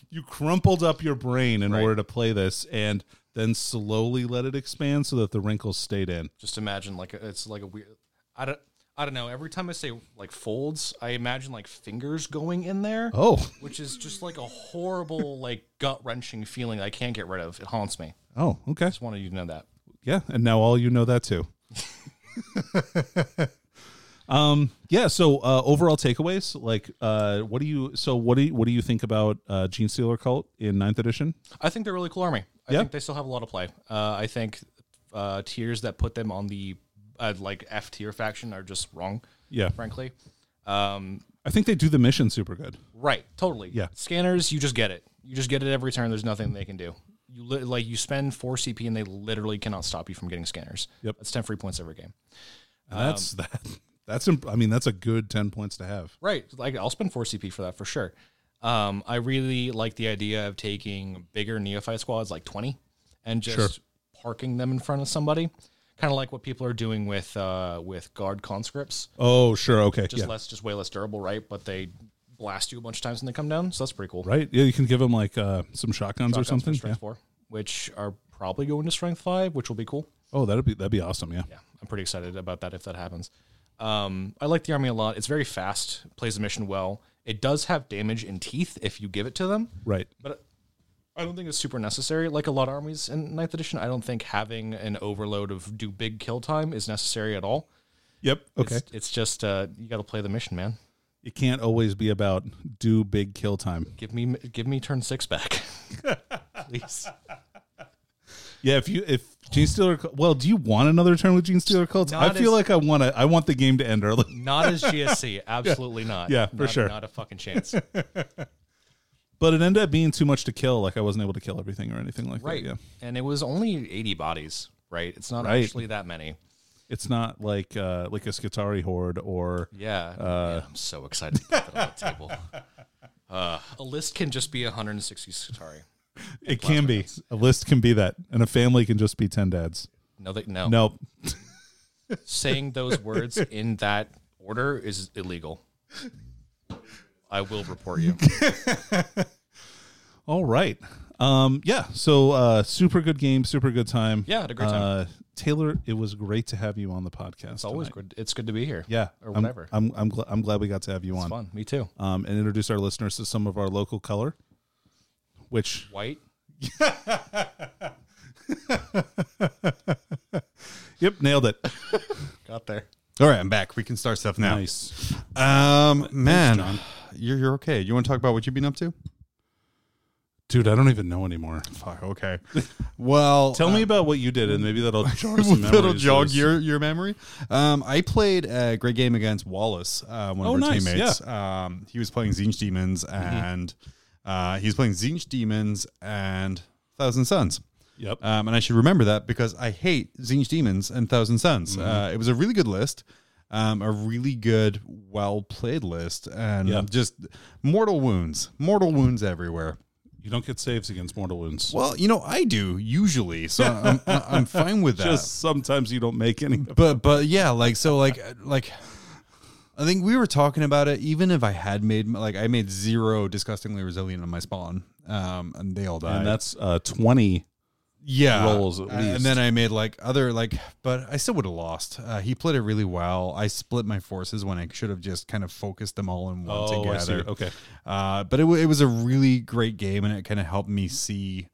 Speaker 2: you crumpled up your brain in order to play this and then slowly let it expand so that the wrinkles stayed in.
Speaker 4: Just imagine, like, it's like a weird. I don't, I don't know. Every time I say, like, folds, I imagine, like, fingers going in there.
Speaker 2: Oh.
Speaker 4: Which is just like a horrible, like gut wrenching feeling I can't get rid of. It haunts me.
Speaker 2: Oh, okay.
Speaker 4: Just wanted you to know that.
Speaker 2: Yeah, and now all you know that too. um yeah, so uh overall takeaways, like uh what do you so what do you what do you think about uh Gene Stealer cult in ninth edition?
Speaker 4: I think they're really cool army. I
Speaker 2: Yeah.
Speaker 4: think they still have a lot of play. Uh, I think uh, tiers that put them on the uh, like F tier faction are just wrong,
Speaker 2: Yeah.
Speaker 4: frankly. Um,
Speaker 2: I think they do the mission super good.
Speaker 4: right, totally.
Speaker 2: Yeah.
Speaker 4: Scanners, you just get it. You just get it every turn. There's nothing they can do. You li- like you spend four CP and they literally cannot stop you from getting scanners.
Speaker 2: Yep.
Speaker 4: That's ten free points every game. Um,
Speaker 2: And that's that that's imp- I mean that's a good 10 points to have.
Speaker 4: Right. Like I'll spend four CP for that for sure. Um, I really like the idea of taking bigger neophyte squads, like twenty, and just parking them in front of somebody. Kind of like what people are doing with uh, with guard conscripts.
Speaker 2: Oh, sure. Okay.
Speaker 4: Just
Speaker 2: yeah.
Speaker 4: less, just way less durable, right? But they blast you a bunch of times when they come down, so that's pretty cool.
Speaker 2: right? Yeah, you can give them like uh, some shotguns, or
Speaker 4: Shotguns for
Speaker 2: something. Yeah.
Speaker 4: strength four, which are probably going to strength five, which will be cool.
Speaker 2: Oh, that'd be that'd be awesome. Yeah.
Speaker 4: yeah, I'm pretty excited about that if that happens. Um, I like the army a lot. It's very fast, plays the mission well. It does have damage in teeth if you give it to them,
Speaker 2: Right.
Speaker 4: but I don't think it's super necessary. Like a lot of armies in Ninth Edition, I don't think having an overload of do big kill time is necessary at all.
Speaker 2: Yep. Okay.
Speaker 4: It's, it's just uh, you got to play the mission, man.
Speaker 2: it can't always be about do big kill time.
Speaker 4: Give me give me turn six back, please.
Speaker 2: Yeah. If you if Gene Stealer, well, do you want another turn with Gene Stealer cults? I
Speaker 4: Not
Speaker 2: feel like
Speaker 4: as-
Speaker 2: I want to. I want the game to end early.
Speaker 4: Not as GSC, absolutely not.
Speaker 2: Yeah, for
Speaker 4: Not-
Speaker 2: sure.
Speaker 4: not a fucking chance.
Speaker 2: But it ended up being too much to kill. Like I wasn't able to kill everything or anything like
Speaker 4: right?
Speaker 2: that. Yeah.
Speaker 4: and it was only eighty bodies, right? It's not
Speaker 2: Right.
Speaker 4: actually that many.
Speaker 2: It's not like uh like a Skitari horde or
Speaker 4: Yeah. Man, I'm so excited to put that on the table. Uh, a list can just be 160 Satari.
Speaker 2: it can be. A list can be that, and a family can just be ten dads.
Speaker 4: No, they, no.
Speaker 2: Nope.
Speaker 4: Saying those words in that order is illegal. I will report you.
Speaker 2: All right. Um, yeah. So uh, super good game, super good time.
Speaker 4: Yeah, had a great time.
Speaker 2: Uh, Taylor, it was great to have you on the podcast.
Speaker 4: It's always good. It's good to be here.
Speaker 2: Yeah.
Speaker 4: Or
Speaker 2: I'm-
Speaker 4: whatever.
Speaker 2: I'm I'm, gl- I'm glad we got to have you
Speaker 4: it's
Speaker 2: on
Speaker 4: fun. Me too.
Speaker 2: Um, and introduce our listeners to some of our local color, which
Speaker 4: White.
Speaker 2: yep nailed it.
Speaker 4: Got there.
Speaker 1: All right, I'm back. We can start stuff now.
Speaker 2: nice.
Speaker 1: Um, man, you're you're okay. You want to talk about what you've been up to?
Speaker 2: Dude, I don't even know anymore.
Speaker 1: Fuck. Okay. well,
Speaker 2: Tell me
Speaker 4: Uh,
Speaker 2: about what you did, and maybe that'll jog some memories.
Speaker 1: Little jog
Speaker 2: There's-
Speaker 1: your, your memory. Um, I played a great game against Wallace, uh, one
Speaker 2: Oh,
Speaker 1: of our
Speaker 2: nice, Mm-hmm.
Speaker 1: teammates. Um, he was playing Zinch Demons and uh, he was playing Zinch Demons and Thousand Suns.
Speaker 2: Yep. Uh,
Speaker 1: Um, and I should remember that because I hate Zinch Demons and Thousand Suns.
Speaker 2: Mm-hmm.
Speaker 1: Uh, it was a really good list, um, a really good, well played list, and
Speaker 2: Yeah.
Speaker 1: just mortal wounds, mortal wounds everywhere.
Speaker 2: you don't get saves against mortal wounds.
Speaker 1: Well, you know, I do usually, so I'm, I'm fine with that.
Speaker 2: Just sometimes you don't make any.
Speaker 1: but but yeah, like so, like like I think we were talking about it. Even if I had made like I made zero disgustingly resilient on my spawn, um, and they all died.
Speaker 2: and that's uh, twenty.
Speaker 1: yeah
Speaker 2: rolls at
Speaker 1: Uh,
Speaker 2: least.
Speaker 1: And then I made like other like, but I still would have lost. Uh, he played it really well. I split my forces when I should have just kind of focused them all in one
Speaker 2: Oh,
Speaker 4: Oh,
Speaker 2: I see.
Speaker 1: together.
Speaker 2: Okay,
Speaker 1: Uh, but it, w- it was a really great game, and it kind of helped me see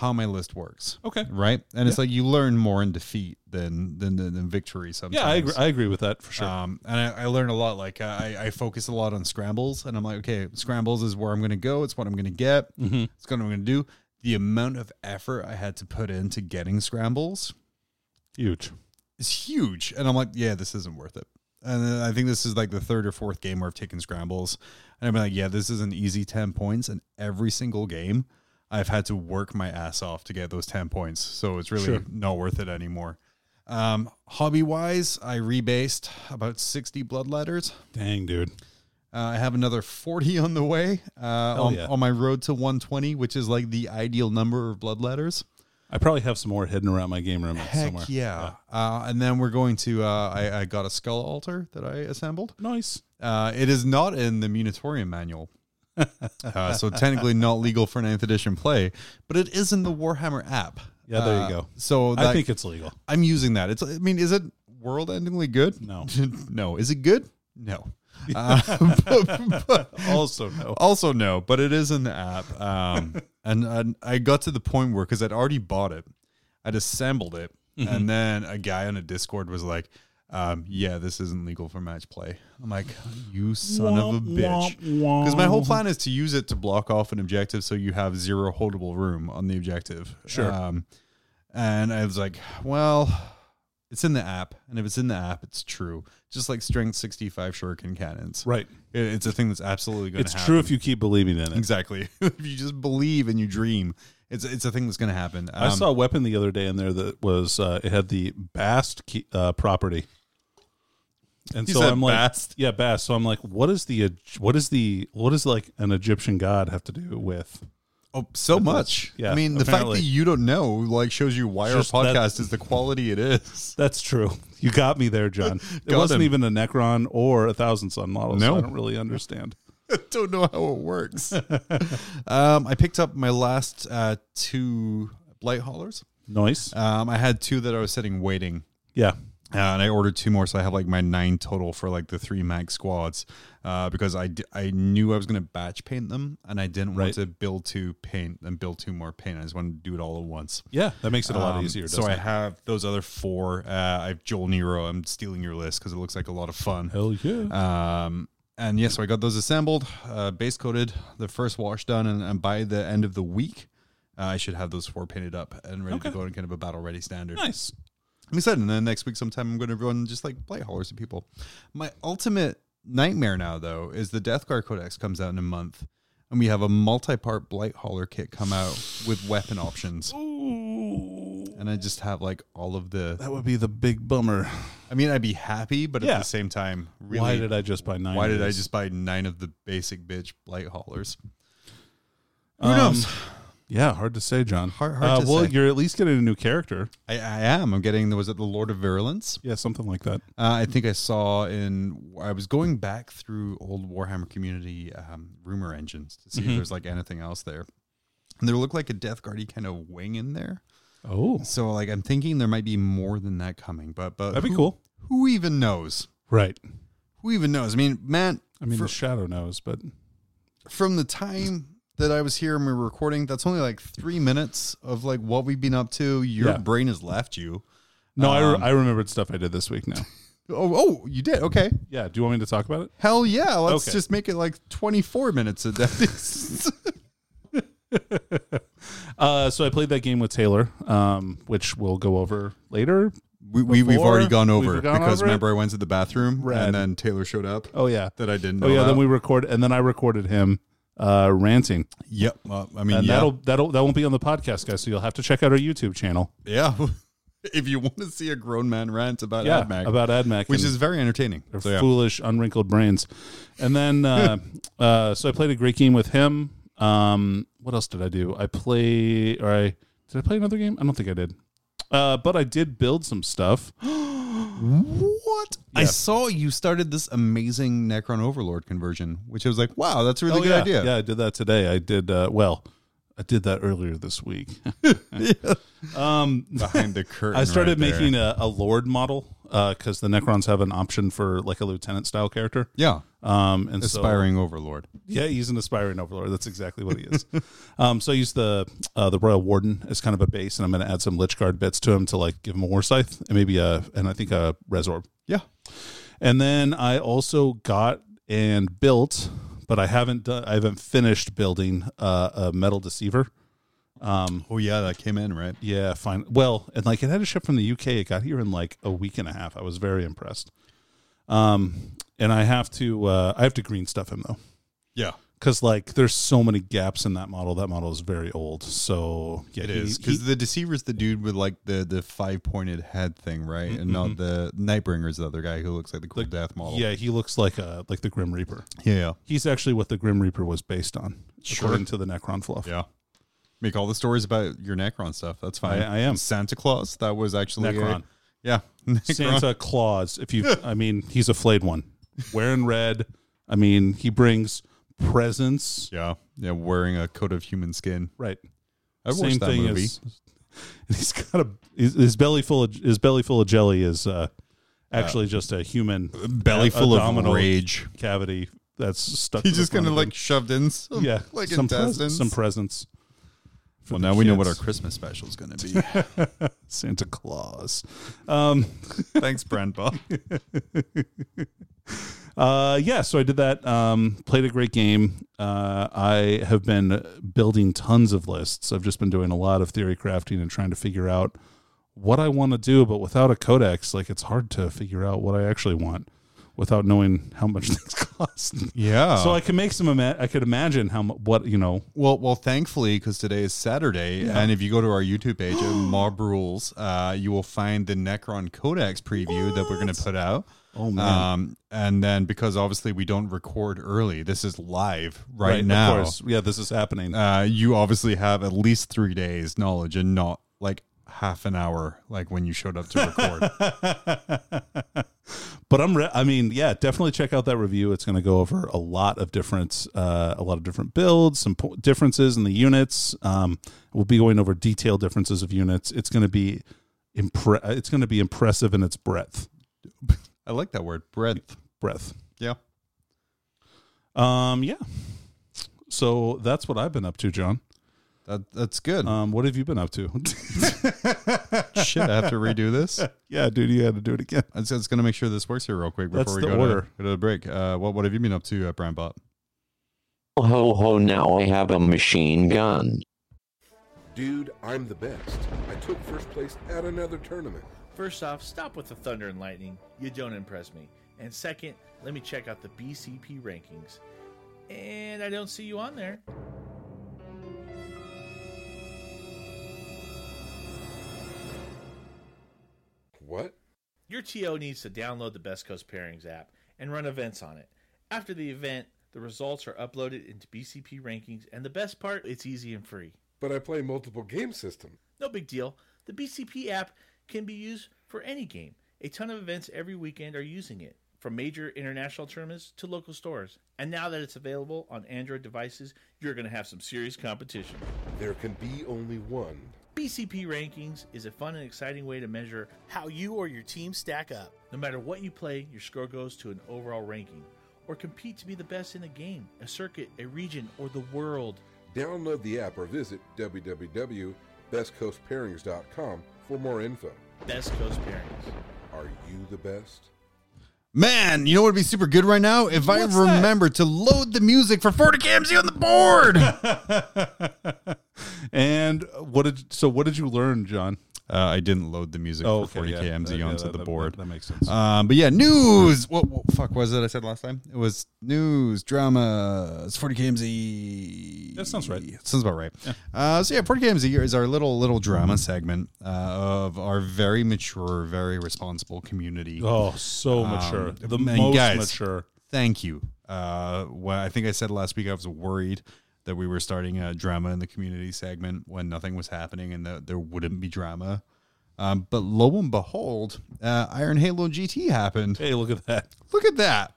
Speaker 1: how my list works.
Speaker 2: okay.
Speaker 1: Right, and it's like you learn more in defeat than than than, than victory sometimes.
Speaker 2: Yeah, I agree, I agree with that for sure.
Speaker 1: Um, and I, I learn a lot. Like I, I focus a lot on scrambles, and I'm like, okay, scrambles is where I'm going to go. It's what I'm going to get.
Speaker 2: Mhm.
Speaker 1: It's what I'm going to do. The amount of effort I had to put into getting scrambles
Speaker 2: Huge.
Speaker 1: is huge, and I'm like, yeah, this isn't worth it. And then I think this is like the third or fourth game where I've taken scrambles, and I'm like, yeah, this is an easy ten points. And every single game, I've had to work my ass off to get those ten points, so it's really
Speaker 2: Sure.
Speaker 1: not worth it anymore. Um, hobby wise, I rebased about sixty blood letters.
Speaker 2: Dang, dude.
Speaker 1: Uh, I have another 40 on the way uh, on,
Speaker 2: yeah.
Speaker 1: on my road to 120, which is like the ideal number of blood letters.
Speaker 2: I probably have some more hidden around my game room
Speaker 1: Heck
Speaker 2: somewhere.
Speaker 1: yeah. Uh, and then we're going to, uh, I, I got a skull altar that I assembled.
Speaker 2: Nice.
Speaker 1: Uh, it is not in the Munitorium manual. uh, so technically not legal for 9th edition play, but it is in the Warhammer app.
Speaker 2: Yeah, there you
Speaker 1: Uh,
Speaker 2: go.
Speaker 1: So that,
Speaker 2: I think it's legal.
Speaker 1: I'm using that. It's I mean, is it world endingly good?
Speaker 2: No.
Speaker 1: no. Is it good? No. Uh, but- but-
Speaker 2: Also, no.
Speaker 1: also no, but it is in the app. Um, and, and I got to the point where because I'd already bought it, I'd assembled it,
Speaker 2: Mm-hmm.
Speaker 1: and then a guy on a Discord was like, um, "Yeah, this isn't legal for match play." I'm like, "You son of a bitch." Because my whole plan is to use it to block off an objective so you have zero holdable room on the objective.
Speaker 2: Sure.
Speaker 1: Um, and I was like, well, it's in the app. And if it's in the app, it's true. Just like strength 65 shuriken cannons.
Speaker 2: Right.
Speaker 1: It- it's a thing that's absolutely going to
Speaker 2: It's
Speaker 1: happen.
Speaker 2: true if you keep believing in it.
Speaker 1: Exactly. if you just believe and you dream, it's, it's a thing that's going to happen.
Speaker 2: I
Speaker 1: Um,
Speaker 2: saw a weapon the other day in there that was uh, it had the Bast key, uh, property, and
Speaker 1: You
Speaker 2: so
Speaker 1: said
Speaker 2: I'm like,
Speaker 1: Bast?
Speaker 2: yeah, Bast. So I'm like, what is the Eg- what is the what is like an Egyptian god have to do with?
Speaker 1: oh, so much.
Speaker 2: Yeah,
Speaker 1: I mean, the
Speaker 2: apparently.
Speaker 1: fact that you don't know like shows you why
Speaker 2: Just
Speaker 1: our
Speaker 2: that-
Speaker 1: podcast is the quality it is.
Speaker 2: That's true. You got me there, John. It
Speaker 1: Got
Speaker 2: wasn't
Speaker 1: him.
Speaker 2: even a Necron or a Thousand Sun model. so
Speaker 1: No.
Speaker 2: I don't really understand.
Speaker 1: don't know how it works. um, I picked up my last uh, two blight haulers.
Speaker 2: Noise.
Speaker 1: Um, I had two that I was sitting waiting,
Speaker 2: yeah.
Speaker 1: uh, and I ordered two more, so I have like my nine total for like the three max squads uh, because I, d- I knew I was going to batch paint them, and I didn't
Speaker 2: Right.
Speaker 1: want to build two paint and build two more paint. I just wanted to do it all at once.
Speaker 2: Yeah. That makes it a lot
Speaker 1: Um,
Speaker 2: easier.
Speaker 1: So
Speaker 2: doesn't
Speaker 1: I
Speaker 2: it?
Speaker 1: have those other four. Uh, I have Joel Nero. I'm stealing your list because it looks like a lot of fun.
Speaker 2: hell yeah.
Speaker 1: Um, and yeah, so I got those assembled, uh, base coated, the first wash done, and, and by the end of the week, uh, I should have those four painted up and ready to
Speaker 2: Okay.
Speaker 1: go in kind of a battle ready standard.
Speaker 2: nice.
Speaker 1: I'm excited. And then next week, sometime, I'm going to run just like play haulers to people. My ultimate nightmare now, though, is the Death Guard Codex comes out in a month. And we have a multi-part blight hauler kit come out with weapon options, and I just have like all of the.
Speaker 2: That would be the big bummer.
Speaker 1: I mean, I'd be happy, but
Speaker 2: Yeah.
Speaker 1: at the same time, really,
Speaker 2: Why did I just buy nine?
Speaker 1: Why
Speaker 2: of
Speaker 1: did I
Speaker 2: these?
Speaker 1: just buy nine of the basic bitch blight haulers?
Speaker 2: Um, Yeah, hard to say, John.
Speaker 1: Hard- hard
Speaker 2: uh,
Speaker 1: to
Speaker 2: well,
Speaker 1: say.
Speaker 2: you're at least getting a new character.
Speaker 1: I, I am. I'm getting. Was it the Lord of Virulence?
Speaker 2: Yeah, something like that.
Speaker 1: Uh, I think I saw in. I was going back through old Warhammer community um, rumor engines to see
Speaker 2: Mm-hmm.
Speaker 1: if there's like anything else there, and there looked like a Death Guardy kind of wing in there.
Speaker 2: Oh,
Speaker 1: So like I'm thinking there might be more than that coming, but but
Speaker 2: that'd be
Speaker 1: who,
Speaker 2: cool.
Speaker 1: who even knows?
Speaker 2: Right.
Speaker 1: Who even knows? I mean, man,
Speaker 2: I mean,
Speaker 1: For-
Speaker 2: the shadow knows, but
Speaker 1: from the time that I was here and we were recording, that's only like three minutes of like what we've been up to. Your
Speaker 2: Yeah.
Speaker 1: brain has left you.
Speaker 2: no, I, re-
Speaker 1: Um,
Speaker 2: I remembered stuff I did this week now.
Speaker 1: Oh, oh, you did. Okay.
Speaker 2: yeah. Do you want me to talk about it?
Speaker 1: Hell yeah. Let's
Speaker 2: Okay.
Speaker 1: just make it like 24 minutes of that.
Speaker 2: Uh, so I played that game with Taylor, um, which we'll go over later.
Speaker 1: we, we, we've already
Speaker 2: Before
Speaker 1: gone over
Speaker 2: we've
Speaker 1: it
Speaker 2: gone
Speaker 1: because
Speaker 2: over it?
Speaker 1: remember I went to the bathroom
Speaker 2: Red.
Speaker 1: and then Taylor showed up
Speaker 2: Oh yeah.
Speaker 1: that I didn't know.
Speaker 2: Oh yeah. Then
Speaker 1: about.
Speaker 2: we record, and then I recorded him uh, ranting,
Speaker 1: Yep. Well, I mean,
Speaker 2: and
Speaker 1: yeah.
Speaker 2: that'll that'll that won't be on the podcast, guys. So you'll have to check out our YouTube channel.
Speaker 1: yeah. if you want to see a grown man rant about
Speaker 2: yeah,
Speaker 1: AdMac,
Speaker 2: about AdMac,
Speaker 1: which
Speaker 2: and-
Speaker 1: is very entertaining.
Speaker 2: their
Speaker 1: So, yeah.
Speaker 2: foolish, unwrinkled brains. And then, uh, uh, so I played a great game with him. Um, what else did I do? I play, or I did I play another game? I don't think I did. Uh, but I did build some stuff.
Speaker 1: What? I saw you started this amazing Necron Overlord conversion, which I was like, wow, that's a really good
Speaker 2: Oh, yeah.
Speaker 1: idea.
Speaker 2: Yeah, I did that today. I did uh, well. I did that earlier this week. um,
Speaker 1: Behind the curtain.
Speaker 2: I started
Speaker 1: right there.
Speaker 2: making a, a lord model because the Necrons have an option for like a lieutenant style character.
Speaker 1: Yeah.
Speaker 2: Um, and so-
Speaker 1: Aspiring Overlord.
Speaker 2: yeah, he's an aspiring overlord. That's exactly what he is. um, so I use the uh, the royal warden as kind of a base, and I'm going to add some lich guard bits to him to like give him a war scythe and maybe a and I think a res orb.
Speaker 1: Yeah.
Speaker 2: And then I also got and built, but I haven't done. I haven't finished building uh, a metal deceiver.
Speaker 1: Oh, yeah, that came in, right?
Speaker 2: Yeah, fine. Well, and like it had a ship from the UK. It got here in like a week and a half. I was very impressed. Um, and I have to uh, I have to green stuff him though,
Speaker 1: Yeah.
Speaker 2: because like there's so many gaps in that model. That model is very old. So yeah,
Speaker 1: It
Speaker 2: he-
Speaker 1: is
Speaker 2: he-
Speaker 1: because the deceiver's the dude with like the the five pointed head thing, right? And not the Nightbringer's the other guy who looks like the cool death model.
Speaker 2: Mm-hmm. yeah, he looks like a like the Grim Reaper.
Speaker 1: yeah,
Speaker 2: He's actually what the Grim Reaper was based on,
Speaker 1: Sure.
Speaker 2: according to the Necron fluff.
Speaker 1: yeah. Make all the stories about your Necron stuff. That's fine.
Speaker 2: I- I am.
Speaker 1: Santa Claus. That was actually a-
Speaker 2: Necron.
Speaker 1: yeah, Necron.
Speaker 2: Santa Claus. If you, I mean, he's a flayed one, wearing red. I mean, he brings presents.
Speaker 1: Yeah, yeah. Wearing a coat of human skin.
Speaker 2: Right.
Speaker 1: I've watched that movie.
Speaker 2: as- he's got a his, his belly full of his belly full of jelly is uh, actually just a human
Speaker 1: Belly
Speaker 2: a-
Speaker 1: full of
Speaker 2: uh, abdominal
Speaker 1: rage.
Speaker 2: cavity that's stuck.
Speaker 1: He's
Speaker 2: to the
Speaker 1: just kind of
Speaker 2: front
Speaker 1: like shoved in some
Speaker 2: him. yeah,
Speaker 1: like
Speaker 2: some pres-
Speaker 1: intestines.
Speaker 2: some presents. for
Speaker 1: well,
Speaker 2: the
Speaker 1: now we know what our
Speaker 2: kids.
Speaker 1: Christmas special is going to be.
Speaker 2: Santa Claus. Um,
Speaker 1: Thanks, Grandpa.
Speaker 2: Uh, yeah, so I did that. Um, played a great game. Uh, I have been building tons of lists. I've just been doing a lot of theory crafting and trying to figure out what I want to do. But without a codex, like it's hard to figure out what I actually want without knowing how much things cost.
Speaker 1: Yeah.
Speaker 2: So I can make some. Ima- I could imagine how mu- what you know.
Speaker 1: Well, well, thankfully, because today is Saturday, and if you go to our YouTube page at Mob Rules, uh, you will find the Necron Codex preview that we're going to put out.
Speaker 2: Oh, man.
Speaker 1: Um, and then because obviously we don't record early, this is live right,
Speaker 2: of
Speaker 1: now.
Speaker 2: course. yeah, this is happening.
Speaker 1: Uh, you obviously have at least three days knowledge, and not like half an hour, like when you showed up to record.
Speaker 2: but I'm re- I mean, yeah, definitely check out that review. It's going to go over a lot of different uh, a lot of different builds, some po- differences in the units. Um, we'll be going over detailed differences of units. It's going to be impre- it's going to be impressive in its breadth.
Speaker 1: I like that word, breadth.
Speaker 2: Breadth.
Speaker 1: Yeah.
Speaker 2: Um, yeah. So that's what I've been up to, John.
Speaker 1: That, that's good.
Speaker 2: Um, what have you been up to?
Speaker 1: Oh, Shit, I have to redo this.
Speaker 2: yeah, dude, you had to do it again.
Speaker 1: I just, going to make sure this works here real quick before
Speaker 2: That's
Speaker 1: we
Speaker 2: the
Speaker 1: go
Speaker 2: order.
Speaker 1: to, go to the break. Uh, what what have you been up to, uh, Brian Bot?
Speaker 5: Ho ho, now I have a machine gun.
Speaker 6: Dude, I'm the best. I took first place at another tournament.
Speaker 7: First off, stop with the thunder and lightning. You don't impress me. And second, let me check out the BCP rankings. And I don't see you on there.
Speaker 6: What?
Speaker 7: Your TO needs to download the Best Coast Pairings app and run events on it. After the event, the results are uploaded into BCP rankings, and the best part, it's easy and free.
Speaker 6: But I play multiple game system.
Speaker 7: No big deal. The BCP app can be used for any game. A ton of events every weekend are using it, from major international tournaments to local stores. And now that it's available on Android devices, you're going to have some serious competition.
Speaker 6: There can be only one.
Speaker 7: BCP Rankings is a fun and exciting way to measure how you or your team stack up. No matter what you play, your score goes to an overall ranking, or compete to be the best in a game, a circuit, a region, or the world.
Speaker 6: Download the app or visit www.bestcoastpairings.com for more info.
Speaker 7: Best Coast Pairings.
Speaker 6: Are you the best?
Speaker 1: Man, you know what would be super good right now? If
Speaker 2: What's
Speaker 1: I
Speaker 2: that?
Speaker 1: remember to load the music for 40 KMZ on the board. uh,
Speaker 2: and what did so what did you learn, John?
Speaker 1: I didn't load the music for 40
Speaker 2: yeah.
Speaker 1: KMZ
Speaker 2: Uh, yeah,
Speaker 1: onto
Speaker 2: that-
Speaker 1: the
Speaker 2: that-
Speaker 1: board.
Speaker 2: That, makes sense.
Speaker 1: um, but yeah, news. What, what fuck was it I said last time? It was news, drama. It's 40 KMZ.
Speaker 2: That sounds right.
Speaker 1: Sounds about right. Uh, so yeah, 40 KMZ is our little little drama segment uh, of our very mature, very responsible community.
Speaker 2: Oh, so mature. the
Speaker 1: man,
Speaker 2: most
Speaker 1: Um, guys.
Speaker 2: mature.
Speaker 1: thank you. Uh, well, I think I said last week I was worried that we were starting a drama in the community segment when nothing was happening and that there wouldn't be drama. Um, but lo and behold, uh, Iron Halo GT happened.
Speaker 2: Hey, look at that.
Speaker 1: Look at that.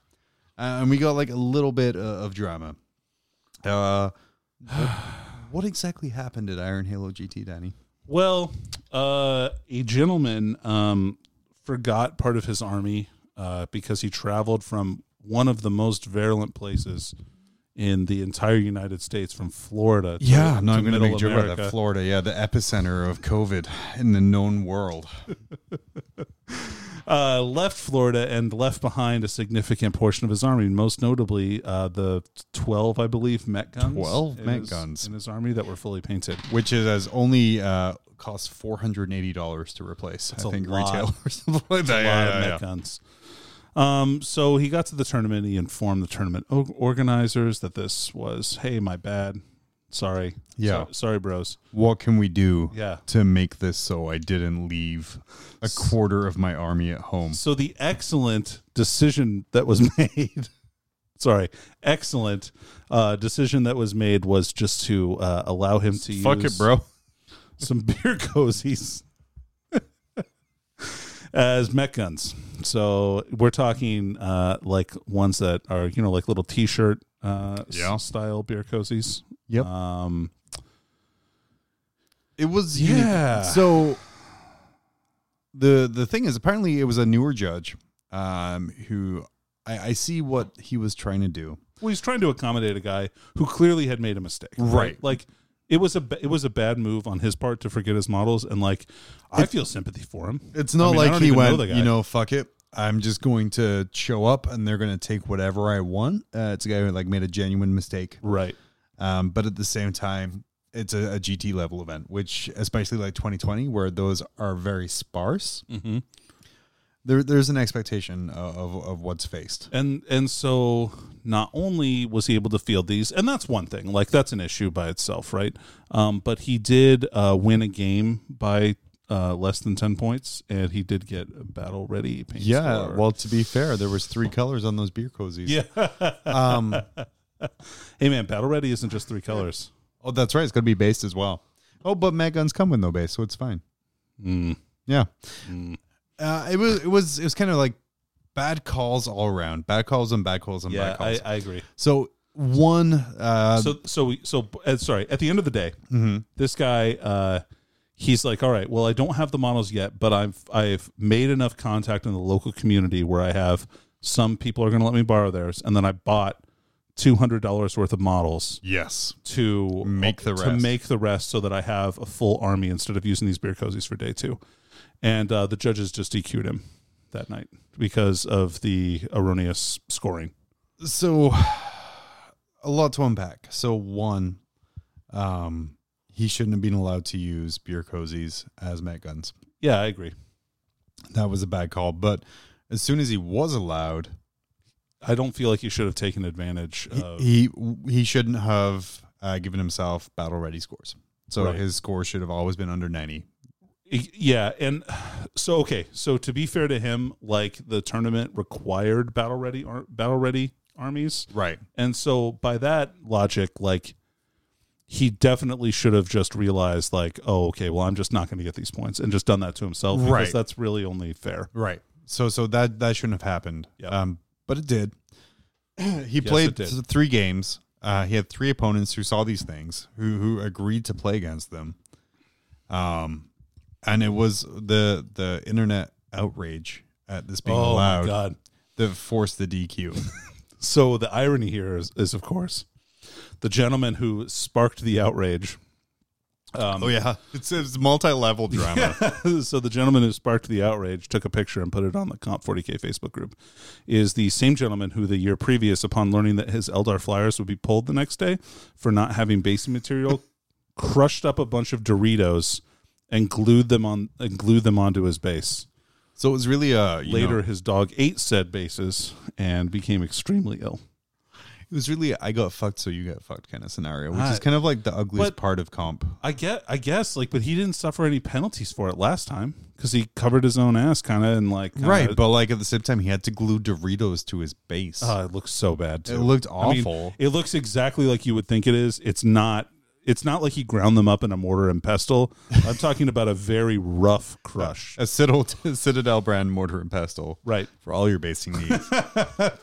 Speaker 1: Uh, and we got like a little bit uh, of drama. Uh, what, what exactly happened at Iron Halo GT, Danny?
Speaker 2: Well, uh, a gentleman um, forgot part of his army uh, because he traveled from one of the most virulent places in the entire United States, from Florida. To,
Speaker 1: Yeah, no,
Speaker 2: to
Speaker 1: I'm going to
Speaker 2: middle
Speaker 1: make a joke about that.
Speaker 2: America.
Speaker 1: Florida, yeah, the epicenter of COVID in the known world.
Speaker 2: uh, left Florida and left behind a significant portion of his army, most notably uh, the 12, I believe, Met guns.
Speaker 1: 12
Speaker 2: in
Speaker 1: Met
Speaker 2: his-
Speaker 1: guns.
Speaker 2: In his army that were fully painted.
Speaker 1: which is as only uh, costs four hundred eighty dollars to replace.
Speaker 2: That's a
Speaker 1: I think
Speaker 2: lot.
Speaker 1: retail or something like that.
Speaker 2: a
Speaker 1: Yeah,
Speaker 2: lot of
Speaker 1: yeah,
Speaker 2: Met
Speaker 1: yeah.
Speaker 2: guns. Um, so he got to the tournament. He informed the tournament o- organizers that this was, hey, my bad. Sorry.
Speaker 1: Yeah.
Speaker 2: So- sorry, bros.
Speaker 1: What can we do?
Speaker 2: Yeah.
Speaker 1: To make this so I didn't leave a quarter of my army at home.
Speaker 2: So the excellent decision that was made, sorry, excellent uh, decision that was made was just to uh, allow him to
Speaker 1: Fuck
Speaker 2: use
Speaker 1: it, bro.
Speaker 2: some beer cozies as mech guns. So we're talking uh, like ones that are you know like little T-shirt uh, s-
Speaker 1: Yeah.
Speaker 2: style beer cozies.
Speaker 1: Yep.
Speaker 2: Um,
Speaker 1: It was
Speaker 2: Yeah.
Speaker 1: unique. So the the thing is, apparently, it was a newer judge um, who I, I see what he was trying to do.
Speaker 2: well, he's trying to accommodate a guy who clearly had made a mistake,
Speaker 1: Right.
Speaker 2: Like it was a ba- it was a bad move on his part to forget his models, and like I feel sympathy for him.
Speaker 1: It's not
Speaker 2: I mean, I
Speaker 1: like
Speaker 2: don't
Speaker 1: he
Speaker 2: even know
Speaker 1: went,
Speaker 2: the guy.
Speaker 1: you know, fuck it. I'm just going to show up and they're going to take whatever I want. Uh, it's a guy who like made a genuine mistake.
Speaker 2: right?
Speaker 1: Um, but at the same time, it's a, a GT level event, which especially like 2020, where those are very sparse.
Speaker 2: Mm-hmm.
Speaker 1: There, there's an expectation of, of, of what's faced.
Speaker 2: and and so not only was he able to field these and that's one thing like that's an issue by itself right um, but he did uh, win a game by uh, less than 10 points and he did get a battle ready paint
Speaker 1: Yeah.
Speaker 2: score.
Speaker 1: Well, to be fair, there was three colors on those beer cozies.
Speaker 2: yeah
Speaker 1: Um,
Speaker 2: hey man battle ready isn't just three colors
Speaker 1: oh, that's right. It's going to be based as well. Oh, but mag guns come with no base, so it's fine.
Speaker 2: mm.
Speaker 1: Yeah.
Speaker 2: Mm.
Speaker 1: Uh, it was it was it was kind of like bad calls all around. Bad calls and bad calls and bad
Speaker 2: yeah I,
Speaker 1: calls.
Speaker 2: I agree
Speaker 1: so one uh
Speaker 2: so so we so uh, sorry at the end of the day
Speaker 1: mhm.
Speaker 2: this guy uh he's like all right well i don't have the models yet but i've i've made enough contact in the local community where i have some people are going to let me borrow theirs and then i bought $200 worth of models
Speaker 1: yes.
Speaker 2: to
Speaker 1: Make the
Speaker 2: to
Speaker 1: rest.
Speaker 2: make the rest so that i have a full army instead of using these beer cozies for day two and uh, the judges just dq'd him that night because of the erroneous scoring
Speaker 1: So a lot to unpack. So one um he shouldn't have been allowed to use beer cozies as mag guns.
Speaker 2: yeah i agree
Speaker 1: That was a bad call, but as soon as he was allowed,
Speaker 2: i don't feel like you should have taken advantage
Speaker 1: he-
Speaker 2: of
Speaker 1: he he shouldn't have uh, given himself battle ready scores. So
Speaker 2: Right.
Speaker 1: his score should have always been under 90.
Speaker 2: yeah and so okay so to be fair to him like the tournament required battle ready ar- battle ready armies
Speaker 1: Right.
Speaker 2: and so by that logic like he definitely should have just realized like oh okay well i'm just not going to get these points and just done that to himself because
Speaker 1: Right.
Speaker 2: that's really only fair
Speaker 1: Right. So so that that shouldn't have happened.
Speaker 2: Yep.
Speaker 1: Um, but it did. he played
Speaker 2: it did.
Speaker 1: th- three games. Uh, he had three opponents who saw these things, who who agreed to play against them. Um, and it was the the internet outrage at this being
Speaker 2: oh my
Speaker 1: allowed
Speaker 2: god
Speaker 1: that forced the DQ.
Speaker 2: so the irony here is, is of course the gentleman who sparked the outrage um,
Speaker 1: oh yeah, it's, it's multi level drama.
Speaker 2: so the gentleman who sparked the outrage took a picture and put it on the Comp 40K Facebook group. Is the same gentleman who the year previous, upon learning that his Eldar Flyers would be pulled the next day for not having basing material, crushed up a bunch of Doritos and glued them on and glued them onto his base.
Speaker 1: So it was really uh you
Speaker 2: Later,
Speaker 1: know,
Speaker 2: his dog ate said bases and became extremely ill.
Speaker 1: it was really I got fucked, so you got fucked kind of scenario, which
Speaker 2: Ah.
Speaker 1: is kind of like the ugliest
Speaker 2: But-
Speaker 1: part of comp.
Speaker 2: I get, I guess, like, but he didn't suffer any penalties for it last time because he covered his own ass, kind of, and like, kinda-
Speaker 1: Right, but like at the same time, he had to glue Doritos to his base.
Speaker 2: Oh, it looks so bad. Too.
Speaker 1: It looked
Speaker 2: I mean,
Speaker 1: awful.
Speaker 2: it looks exactly like you would think it is. It's not. It's not like he ground them up in a mortar and pestle. I'm talking about a very rough crush.
Speaker 1: A Citadel, Citadel brand mortar and pestle.
Speaker 2: Right.
Speaker 1: For all your basting needs.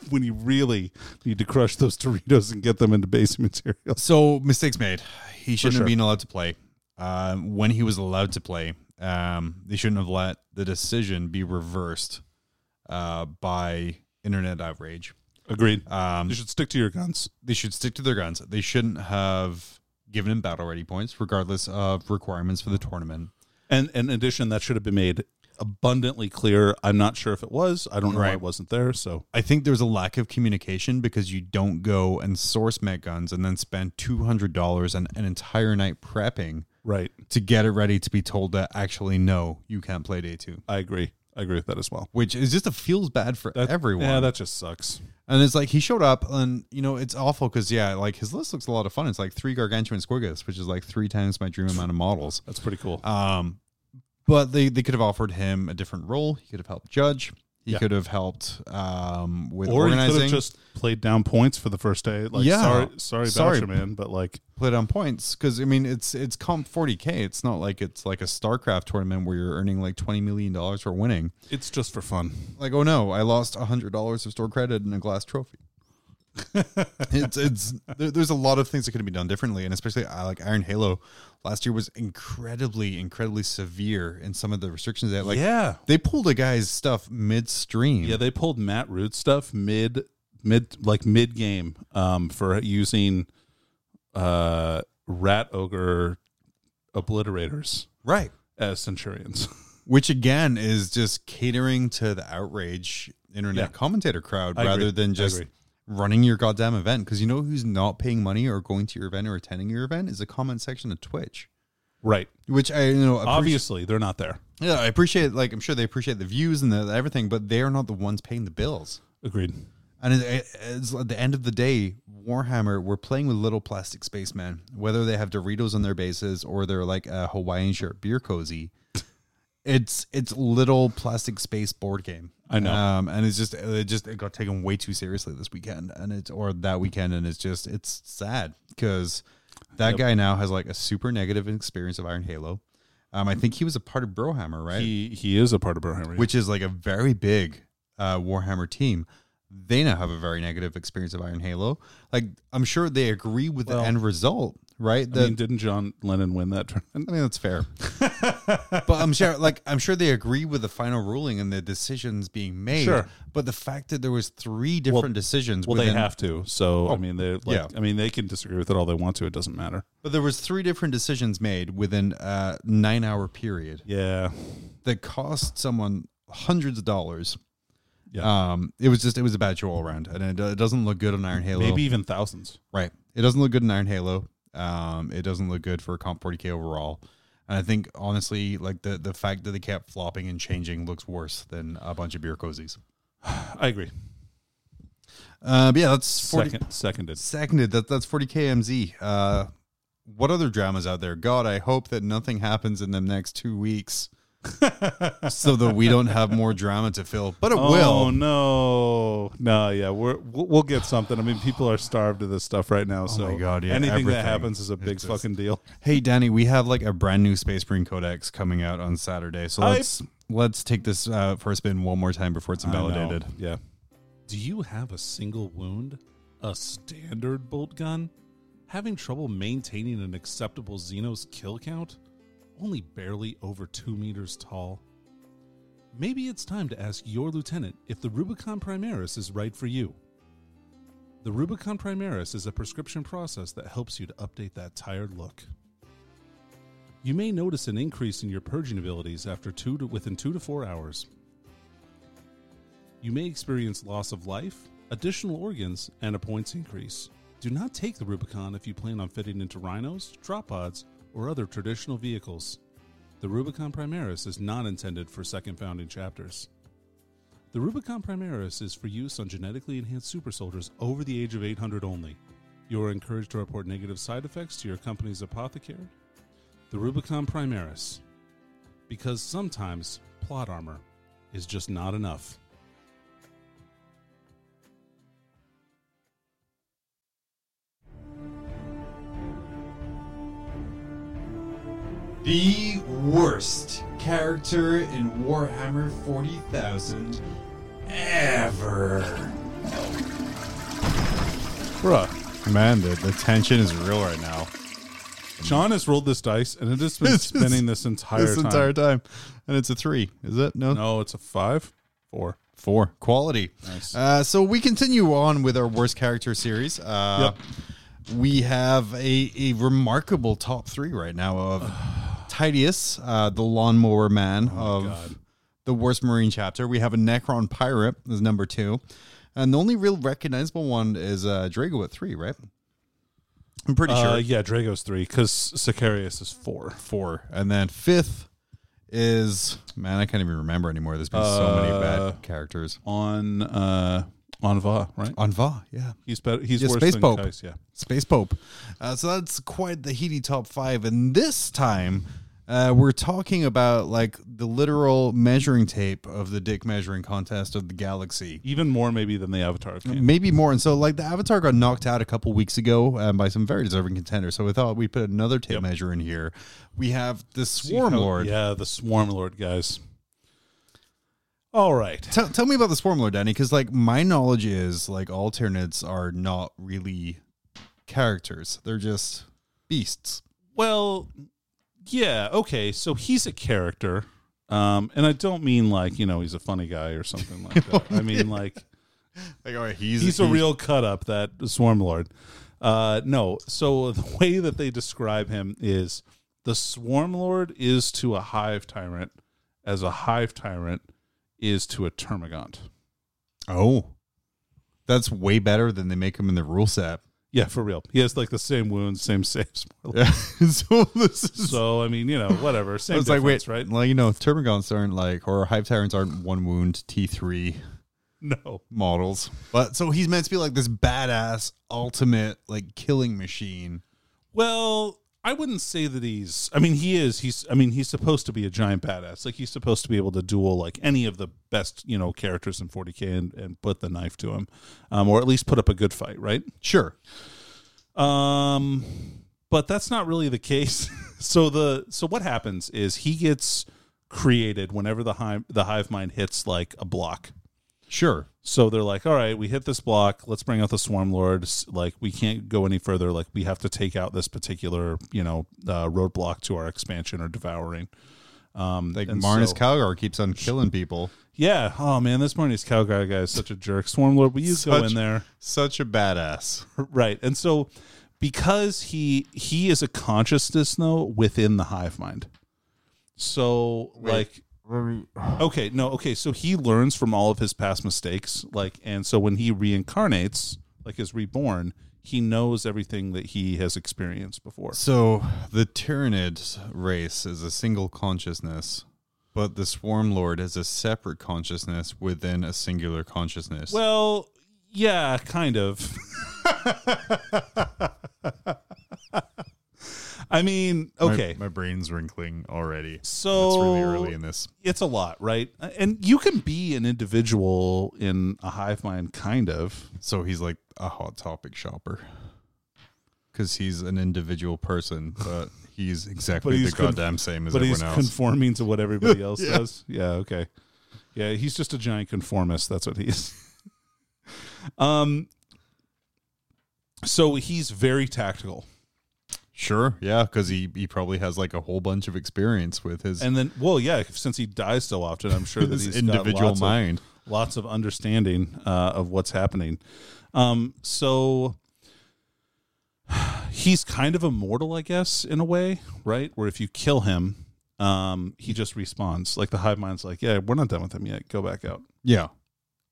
Speaker 2: When you really need to crush those Doritos and get them into basic materials.
Speaker 1: so, mistakes made. He shouldn't
Speaker 2: sure.
Speaker 1: have been allowed to play. Um, when he was allowed to play, um, they shouldn't have let the decision be reversed uh, by internet outrage.
Speaker 2: Agreed.
Speaker 1: Um,
Speaker 2: you should stick to your guns.
Speaker 1: they should stick to their guns. They shouldn't have given him battle ready points, regardless of requirements for the tournament.
Speaker 2: And, and in addition, that should have been made abundantly clear. I'm not sure if it was. I don't know why
Speaker 1: Right.
Speaker 2: it wasn't there. So
Speaker 1: I think there's a lack of communication because you don't go and source met guns and then spend two hundred dollars and an entire night prepping
Speaker 2: right,
Speaker 1: to get it ready to be told that actually no, you can't play day two.
Speaker 2: I agree. I agree with that as well.
Speaker 1: Which is just a feels bad for
Speaker 2: That-
Speaker 1: everyone.
Speaker 2: Yeah, that just sucks.
Speaker 1: and it's like he showed up and you know, it's awful because yeah, like his list looks a lot of fun. It's like three gargantuan squirgus, which is like three times my dream amount of models.
Speaker 2: That's pretty cool.
Speaker 1: Um, but they, they could have offered him a different role. He could have helped judge. He
Speaker 2: Yeah.
Speaker 1: could have helped um, with
Speaker 2: or you could
Speaker 1: organizing.
Speaker 2: have just played down points for the first day. Like,
Speaker 1: Yeah.
Speaker 2: sorry, sorry,
Speaker 1: Sorry.
Speaker 2: Boucher, man, but like,
Speaker 1: played on points because I mean it's it's comp 40k. It's not like it's like a StarCraft tournament where you're earning like 20 million dollars for winning.
Speaker 2: it's just for fun.
Speaker 1: Like oh no, I lost 100 dollars of store credit and a glass trophy. it's it's there, there's a lot of things that could have been done differently, and especially uh, like Iron Halo last year was incredibly incredibly severe in some of the restrictions that like
Speaker 2: yeah,
Speaker 1: they pulled a guy's stuff midstream.
Speaker 2: yeah. They pulled Matt Root stuff mid, mid, like mid game, um, for using, uh, rat ogre obliterators
Speaker 1: right.
Speaker 2: as centurions.
Speaker 1: which again is just catering to the outrage internet
Speaker 2: Yeah.
Speaker 1: commentator crowd
Speaker 2: I
Speaker 1: rather
Speaker 2: agree. I
Speaker 1: than just
Speaker 2: agree.
Speaker 1: running your goddamn event because you know who's not paying money or going to your event or attending your event is the comment section of twitch
Speaker 2: right.
Speaker 1: which i you know appreci-
Speaker 2: Obviously, they're not there.
Speaker 1: yeah i appreciate like i'm sure they appreciate the views and the, everything but they are not the ones paying the bills
Speaker 2: Agreed.
Speaker 1: and it, it- it's at the end of the day, Warhammer, we're playing with little plastic spacemen, whether they have Doritos on their bases or they're like a Hawaiian shirt beer cozy. It's it's little plastic space board game.
Speaker 2: I know.
Speaker 1: um, and it's just it just it got taken way too seriously this weekend, and it's or that weekend, and it's just it's sad because that guy now has like a super negative experience of Iron Halo. Um, I think he was a part of Brohammer, right?
Speaker 2: He he is a part of Burhammer.
Speaker 1: which is like a very big uh, Warhammer team. They now have a very negative experience of Iron Halo. Like I'm sure they agree with
Speaker 2: Well,
Speaker 1: the end result, right?
Speaker 2: I
Speaker 1: The, I,
Speaker 2: mean,
Speaker 1: mean,
Speaker 2: didn't John Lennon win that tournament?
Speaker 1: that's fair, but I'm sure, like I'm sure they agree with the final ruling and the decisions being made.
Speaker 2: Sure.
Speaker 1: but the fact that there was three different decisions,
Speaker 2: Well,
Speaker 1: within- Oh,
Speaker 2: they have to. So I mean, they like,
Speaker 1: yeah.
Speaker 2: I mean, they can disagree with it all they want to. It doesn't matter.
Speaker 1: but there was three different decisions made within a nine hour period
Speaker 2: Yeah.
Speaker 1: that cost someone hundreds of dollars.
Speaker 2: Yeah.
Speaker 1: Um, it was just it was a bad show all around, and it, it doesn't look good on Iron Halo.
Speaker 2: Maybe even thousands.
Speaker 1: Right. It doesn't look good in Iron Halo. Um, it doesn't look good for Comp 40k overall. And I think honestly, like the the fact that they kept flopping and changing looks worse than a bunch of beer cozies.
Speaker 2: I agree.
Speaker 1: Uh, but yeah, that's 40,
Speaker 2: Second, seconded.
Speaker 1: seconded. That that's 40k MZ. Uh, what other dramas out there? God, I hope that nothing happens in the next two weeks, so that we don't have more drama to fill. But it
Speaker 2: Oh
Speaker 1: will.
Speaker 2: no, no, yeah, we're we'll we'll get something. I mean, people are starved of this stuff right now. So
Speaker 1: Oh my God, yeah,
Speaker 2: anything
Speaker 1: everything.
Speaker 2: that happens is a big
Speaker 1: It's just-
Speaker 2: fucking deal.
Speaker 1: Hey, Danny, we have like a brand new Space Marine Codex coming out on Saturday, so
Speaker 2: Hype.
Speaker 1: let's let's take this uh, for a spin one more time before it's invalidated.
Speaker 2: Yeah. Do you have a single wound, a standard bolt gun, having trouble maintaining an acceptable Xenos kill count, only barely over two meters tall? Maybe it's time to ask your lieutenant if the Rubicon Primaris is right for you. The Rubicon Primaris is a prescription process that helps you to update that tired look. You may notice an increase in your purging abilities after two to, within two to four hours. You may experience loss of life, additional organs, and a points increase. Do not take the Rubicon if you plan on fitting into rhinos, drop pods, or other traditional vehicles. The Rubicon Primaris is not intended for second founding chapters. The Rubicon Primaris is for use on genetically enhanced super soldiers over the age of 800 only. You are encouraged to report negative side effects to your company's apothecary. The Rubicon Primaris. Because sometimes plot armor is just not enough.
Speaker 1: the worst character in Warhammer 40,000 ever. Bruh. Man, the, the tension is real right now.
Speaker 2: Sean has rolled this dice and it has been
Speaker 1: This is-
Speaker 2: spinning this entire
Speaker 1: this
Speaker 2: time.
Speaker 1: entire time. And it's a three, is it? No?
Speaker 2: No, it's a five, four.
Speaker 1: Four. Quality.
Speaker 2: Nice.
Speaker 1: Uh, so we continue on with our worst character series. Uh, We have a, a remarkable top three right now of Titius, uh, the lawnmower man
Speaker 2: Oh,
Speaker 1: of the worst marine chapter. We have a Necron pirate as number two. And the only real recognizable one is uh, Drago at three, right? I'm pretty
Speaker 2: Uh,
Speaker 1: sure.
Speaker 2: yeah, Drago's three because Sicarius is four.
Speaker 1: Four. And then fifth is, man, I can't even remember anymore. There's been so many
Speaker 2: Uh,
Speaker 1: bad characters.
Speaker 2: On uh, on Va, right?
Speaker 1: Anva, yeah.
Speaker 2: He's better. He's
Speaker 1: Yeah,
Speaker 2: worse
Speaker 1: Space
Speaker 2: than
Speaker 1: Pope.
Speaker 2: Kais, Yeah.
Speaker 1: Space Pope. Uh, so that's quite the heady top five. And this time, uh, we're talking about like the literal measuring tape of the dick measuring contest of the galaxy.
Speaker 2: Even more maybe than the Avatar of Kane.
Speaker 1: Maybe more. And so, like, the Avatar got knocked out a couple weeks ago um, by some very deserving contenders. So, we thought we'd put another tape measure in here. We have the Swarm Lord.
Speaker 2: Yeah, the Swarm Lord guys. All right.
Speaker 1: Tell, tell me about the Swarm Lord, Danny, because, like, my knowledge is, like, alternates are not really characters, they're just beasts.
Speaker 2: Well, yeah, okay. So he's a character. Um, and I don't mean like, you know, he's a funny guy or something like that. I mean like
Speaker 1: Like, all right, he's,
Speaker 2: he's a real cut up, that Swarm Lord. Uh, no. So the way that they describe him is the Swarm Lord is to a hive tyrant as a hive tyrant is to a termagant.
Speaker 1: Oh, that's way better than they make him in the rule set.
Speaker 2: Yeah, for real. He has like the same wounds, same saves.
Speaker 1: Yeah. so this is.
Speaker 2: So I mean, you know, whatever.
Speaker 1: I
Speaker 2: Same
Speaker 1: was like, wait,
Speaker 2: difference, right?
Speaker 1: Like you know, Termagants aren't like, or Hive Tyrants aren't one wound T three
Speaker 2: No.
Speaker 1: models. But so he's meant to be like this badass, ultimate, like killing machine.
Speaker 2: Well, I wouldn't say that he's. I mean, he is. He's. I mean, he's supposed to be a giant badass. Like he's supposed to be able to duel like any of the best you know characters in 40k and, and put the knife to him, um, or at least put up a good fight, right?
Speaker 1: Sure.
Speaker 2: Um, but that's not really the case. so the so what happens is he gets created whenever the hive the hive mind hits like a block.
Speaker 1: Sure.
Speaker 2: So they're like, all right, we hit this block. Let's bring out the Swarm Lords. Like, we can't go any further. Like, we have to take out this particular, you know, uh, roadblock to our expansion or devouring. Um,
Speaker 1: Like
Speaker 2: and
Speaker 1: Marnus
Speaker 2: so-
Speaker 1: Calgar keeps on killing people.
Speaker 2: yeah. Oh, man, this Marnus Calgar guy is such a jerk. Swarm Lord, will you go
Speaker 1: Such-
Speaker 2: in there?
Speaker 1: Such a badass.
Speaker 2: right. And so, because he he is a consciousness, though, within the hive mind. So, like, okay no okay so he learns from all of his past mistakes like and so when he reincarnates like is reborn he knows everything that he has experienced before
Speaker 1: So the Tyranid race is a single consciousness, but the Swarm Lord is a separate consciousness within a singular consciousness.
Speaker 2: well yeah kind of i mean
Speaker 1: My-
Speaker 2: okay
Speaker 1: my, brain's wrinkling already.
Speaker 2: so
Speaker 1: it's really early in this.
Speaker 2: it's a lot right and you can be an individual in a hive mind kind of
Speaker 1: So he's like a hot topic shopper because he's an individual person, but he's exactly
Speaker 2: But he's
Speaker 1: the
Speaker 2: con-
Speaker 1: goddamn same as
Speaker 2: but
Speaker 1: everyone
Speaker 2: he's
Speaker 1: else.
Speaker 2: conforming to what everybody else does. Yeah, okay. Yeah, he's just a giant conformist. That's what he is. um, so he's very tactical,
Speaker 1: sure, yeah, because he he probably has like a whole bunch of experience with his,
Speaker 2: and then well, yeah, since he dies so often, I'm sure that
Speaker 1: his
Speaker 2: he's got
Speaker 1: individual
Speaker 2: lots of-
Speaker 1: mind.
Speaker 2: lots of understanding uh, of what's happening. Um, so he's kind of immortal, I guess, in a way, right? Where if you kill him, um, he just respawns. Like the hive mind's like, yeah, we're not done with him yet. Go back out.
Speaker 1: yeah,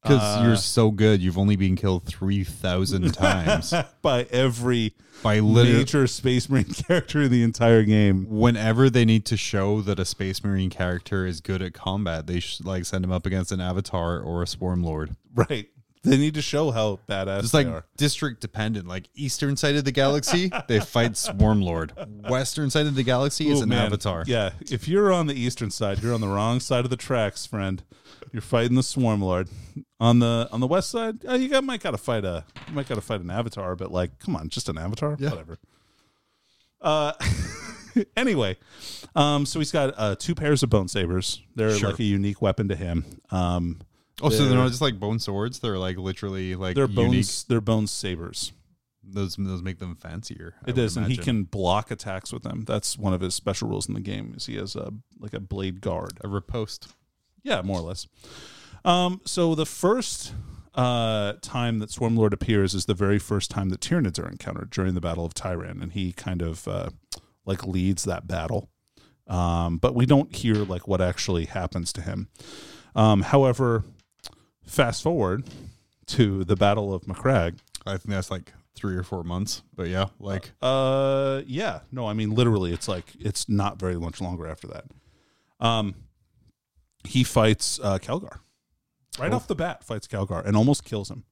Speaker 1: because
Speaker 2: Uh,
Speaker 1: you're so good, you've only been killed three thousand times
Speaker 2: by every
Speaker 1: by literally.
Speaker 2: major space marine character in the entire game.
Speaker 1: Whenever they need to show that a Space Marine character is good at combat, they sh- like send him up against an Avatar or a Swarm Lord.
Speaker 2: Right. They need to show how badass
Speaker 1: It's
Speaker 2: they
Speaker 1: like
Speaker 2: are.
Speaker 1: district dependent. Like eastern side of the galaxy, they fight Swarm Lord. Western side of the galaxy is
Speaker 2: Ooh,
Speaker 1: an
Speaker 2: Oh, man.
Speaker 1: avatar.
Speaker 2: Yeah. If you're on the eastern side, you're on the wrong side of the tracks, friend. You're fighting the Swarm Lord. On the on the west side, oh, you got, might gotta fight a you might gotta fight an avatar, but like, come on, just an avatar? Whatever. Uh anyway, um, so he's got uh, two pairs of bone sabers. They're
Speaker 1: Sure.
Speaker 2: like a unique weapon to him. Um,
Speaker 1: Oh, so they're
Speaker 2: They're-
Speaker 1: not just like bone swords. They're like literally like
Speaker 2: they're
Speaker 1: unique.
Speaker 2: bones. They're bone sabers.
Speaker 1: Those those make them fancier. I
Speaker 2: It
Speaker 1: would
Speaker 2: is, and he
Speaker 1: imagine.
Speaker 2: can block attacks with them. That's one of his special rules in the game. Is he has a like a blade guard.
Speaker 1: a riposte.
Speaker 2: Yeah, more or less. Um, so the first uh, time that Swarmlord appears is the very first time that Tyranids are encountered during the Battle of Tyran, and he kind of uh, like leads that battle. Um, but we don't hear like what actually happens to him. Um, however, fast forward to the Battle of McCrag.
Speaker 1: I think that's like three or four months. But yeah, like
Speaker 2: Uh, yeah. No, I mean literally, it's like it's not very much longer after that. Um, he fights uh, Kelgar
Speaker 1: Oh.
Speaker 2: right off the bat. Fights Kelgar and almost kills him.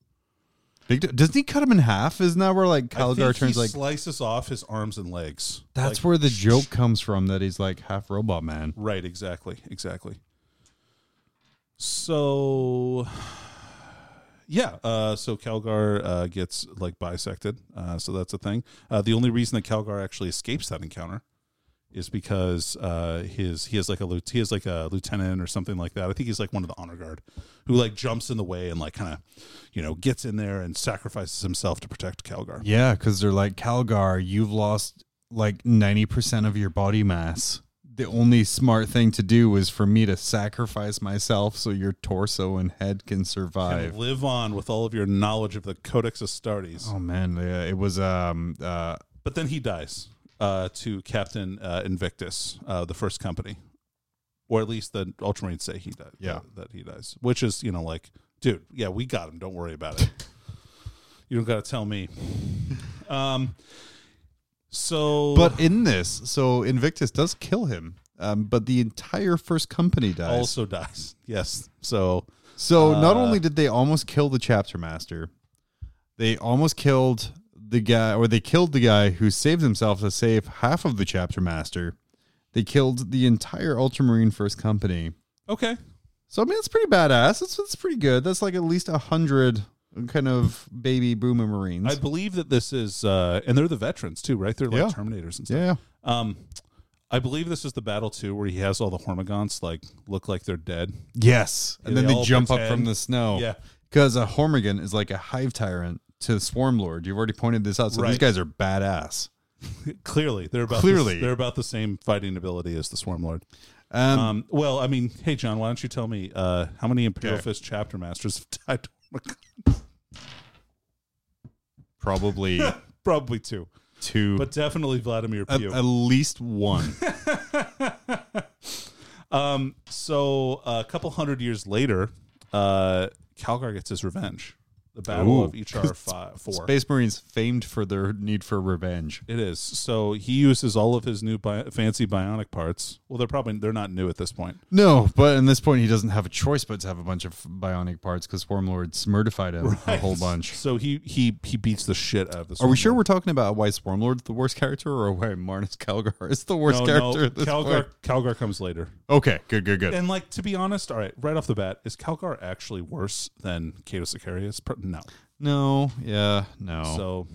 Speaker 1: big. d- Doesn't he cut him in half? Isn't that where like
Speaker 2: I
Speaker 1: Calgar
Speaker 2: think
Speaker 1: turns
Speaker 2: he
Speaker 1: like?
Speaker 2: slices off his arms and legs.
Speaker 1: That's
Speaker 2: Like,
Speaker 1: where the joke comes from. That he's like half robot man.
Speaker 2: Right. Exactly. Exactly. So. Yeah, uh, so Calgar uh, gets like bisected, uh, so that's a thing. Uh, the only reason that Calgar actually escapes that encounter is because uh, his he has like a lieu- he has like a lieutenant or something like that. I think he's like one of the honor guard who like jumps in the way and like kind of you know gets in there and sacrifices himself to protect Calgar.
Speaker 1: Yeah, because they're like Calgar. You've lost like ninety percent of your body mass. The only smart thing to do is for me to sacrifice myself so your torso and head can survive.
Speaker 2: and live on with all of your knowledge of the Codex Astartes.
Speaker 1: Oh man, yeah, it was um uh
Speaker 2: But then he dies uh, to Captain uh, Invictus, uh, the first company, or at least the Ultramarines say he died.
Speaker 1: Yeah.
Speaker 2: that he dies, which is you know like, dude, yeah, we got him. Don't worry about it. you don't got to tell me. Um. So,
Speaker 1: But in this, so Invictus does kill him, um, but the entire first company dies.
Speaker 2: also dies. Yes. So
Speaker 1: so not
Speaker 2: uh,
Speaker 1: only did they almost kill the chapter master, they almost killed the guy, or they killed the guy who saved himself to save half of the chapter master. They killed the entire Ultramarine First Company.
Speaker 2: okay.
Speaker 1: So I mean, it's pretty badass. It's it's pretty good. That's like at least a hundred kind of baby boomer Marines.
Speaker 2: I believe that this is, uh, and they're the veterans too, right? They're like
Speaker 1: Yeah.
Speaker 2: Terminators and stuff.
Speaker 1: yeah,
Speaker 2: Um, I believe this is the battle too, where he has all the Hormigons like look like they're dead.
Speaker 1: yes. And
Speaker 2: They
Speaker 1: then they
Speaker 2: all
Speaker 1: jump up
Speaker 2: pretend-
Speaker 1: from the snow.
Speaker 2: Yeah,
Speaker 1: Because a Hormigan is like a hive tyrant to Swarm Lord. You've already pointed this out. So these
Speaker 2: Right.
Speaker 1: guys are badass.
Speaker 2: clearly they're about
Speaker 1: Clearly.
Speaker 2: the, they're about the same fighting ability as the Swarm Lord.
Speaker 1: Um,
Speaker 2: Um, well, I mean, hey John, why don't you tell me uh, how many Imperial
Speaker 1: Okay.
Speaker 2: Fist chapter masters have died? to
Speaker 1: probably
Speaker 2: Hormigons? Probably two,
Speaker 1: two,
Speaker 2: but definitely Vladimir
Speaker 1: at,
Speaker 2: Pew.
Speaker 1: at least one.
Speaker 2: um, so uh, a couple hundred years later, uh, Calgar gets his revenge. The
Speaker 1: Ooh.
Speaker 2: battle of HR five, four.
Speaker 1: Space Marines famed for their need for revenge.
Speaker 2: It is. So he uses all of his new bi- fancy bionic parts. Well, they're probably they're not new at this point.
Speaker 1: No, but at this point, he doesn't have a choice but to have a bunch of bionic parts because Swarm Lord smurtified him a whole bunch.
Speaker 2: So he he he beats the shit out of this.
Speaker 1: Are we sure we're talking about why Swarm Lord's the worst character or why Marnus Calgar is the worst
Speaker 2: no,
Speaker 1: character?
Speaker 2: no.
Speaker 1: at this
Speaker 2: Calgar
Speaker 1: point?
Speaker 2: Calgar comes later.
Speaker 1: Okay, good, good, good.
Speaker 2: And like to be honest, all right, right off the bat, is Calgar actually worse than Cato Sicarius? Pro- No.
Speaker 1: no, yeah, no.
Speaker 2: So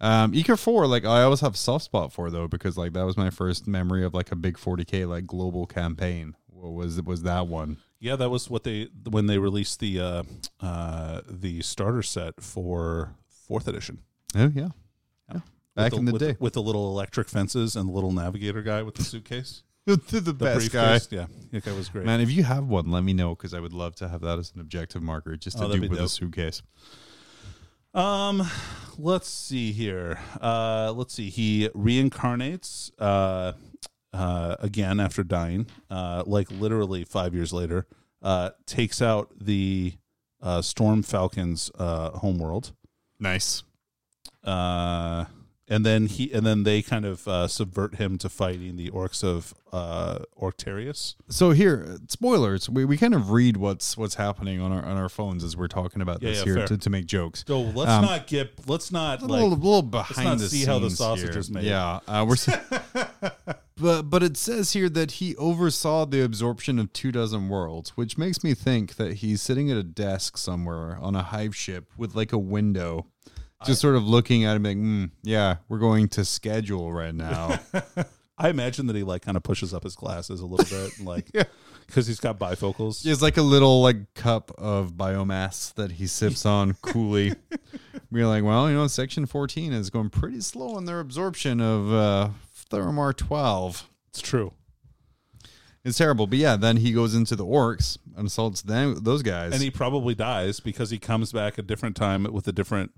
Speaker 1: Um, Eker four, like I always have soft spot for though, because like that was my first memory of like a big 40k like global campaign. What was was that one?
Speaker 2: yeah, that was what they when they released the uh, uh, the starter set for fourth edition.
Speaker 1: Oh yeah, yeah. Back
Speaker 2: With
Speaker 1: in the
Speaker 2: with,
Speaker 1: day,
Speaker 2: with the little electric fences and the little navigator guy with the suitcase,
Speaker 1: the,
Speaker 2: the
Speaker 1: best guy.
Speaker 2: briefcase. Yeah, that guy was great.
Speaker 1: Man, if you have one, let me know because I would love to have that as an objective marker, just
Speaker 2: Oh,
Speaker 1: to
Speaker 2: that'd
Speaker 1: do
Speaker 2: be
Speaker 1: with a
Speaker 2: dope.
Speaker 1: suitcase.
Speaker 2: Um, let's see here. Uh, let's see. He reincarnates uh, uh, again after dying, uh, like literally five years later. Uh, takes out the uh, Storm Falcon's uh, homeworld,
Speaker 1: Nice.
Speaker 2: uh, and then he and then they kind of uh, subvert him to fighting the orcs of uh, Orctarius.
Speaker 1: So here, uh, spoilers. We, we kind of read what's what's happening on our on our phones as we're talking about
Speaker 2: Yeah,
Speaker 1: this
Speaker 2: yeah,
Speaker 1: here
Speaker 2: fair.
Speaker 1: to, to make jokes.
Speaker 2: So let's
Speaker 1: Um,
Speaker 2: not get. Let's not
Speaker 1: a
Speaker 2: like.
Speaker 1: little, little behind
Speaker 2: not
Speaker 1: the
Speaker 2: see
Speaker 1: scenes
Speaker 2: how the sausage
Speaker 1: here.
Speaker 2: is made.
Speaker 1: Yeah, uh, we're. s- but but it says here that he oversaw the absorption of two dozen worlds, which makes me think that he's sitting at a desk somewhere on a hive ship with like a window, "Hmm, just sort of looking at him like, mm, yeah, we're going to schedule right now.
Speaker 2: I imagine that he like kind of pushes up his glasses a little bit, and, like
Speaker 1: Yeah.
Speaker 2: because he's got bifocals.
Speaker 1: He has like a little like cup of biomass that he sips on coolly. We're like, well, you know, section 14 is going pretty slow on their absorption of uh, Thermar 12.
Speaker 2: It's true.
Speaker 1: It's terrible. But yeah, then he goes into the orcs and assaults them, those guys.
Speaker 2: and he probably dies because he comes back a different time with a different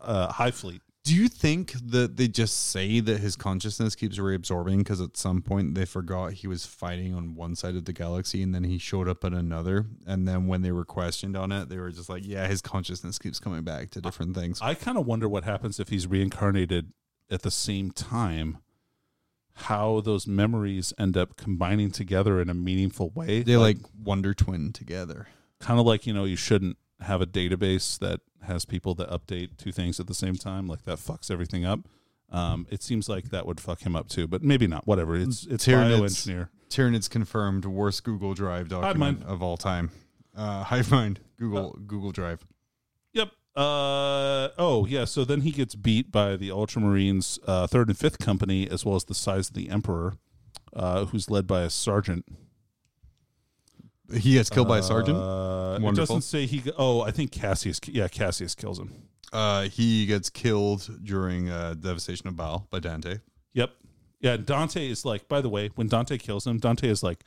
Speaker 2: uh, high fleet.
Speaker 1: Do you think that they just say that his consciousness keeps reabsorbing because at some point they forgot he was fighting on one side of the galaxy and then he showed up at another? And then when they were questioned on it, they were just like, yeah, his consciousness keeps coming back to different things.
Speaker 2: I kind of wonder what happens if he's reincarnated at the same time. How those memories end up combining together in a meaningful way.
Speaker 1: They like Wonder Twin together.
Speaker 2: kind of like you know you shouldn't have a database that has people that update two things at the same time. Like that fucks everything up. Um, it seems like that would fuck him up too, but maybe not. Whatever. It's it's
Speaker 1: Tyranids.
Speaker 2: bioengineer.
Speaker 1: Tyranids confirmed worst Google Drive document
Speaker 2: Hivemind.
Speaker 1: of all time. Uh, Hivemind, Google
Speaker 2: Uh,
Speaker 1: Google Drive.
Speaker 2: Yep. Uh oh yeah. So then he gets beat by the Ultramarines, uh, third and fifth company, as well as the size of the Emperor, uh, who's led by a sergeant.
Speaker 1: He gets killed by a sergeant.
Speaker 2: Uh, it
Speaker 1: Wonderful.
Speaker 2: doesn't say he. g- Oh, I think Cassius. Yeah, Cassius kills him.
Speaker 1: Uh, he gets killed during uh, devastation of Baal by Dante.
Speaker 2: Yep. Yeah. Dante is like. By the way, when Dante kills him, Dante is like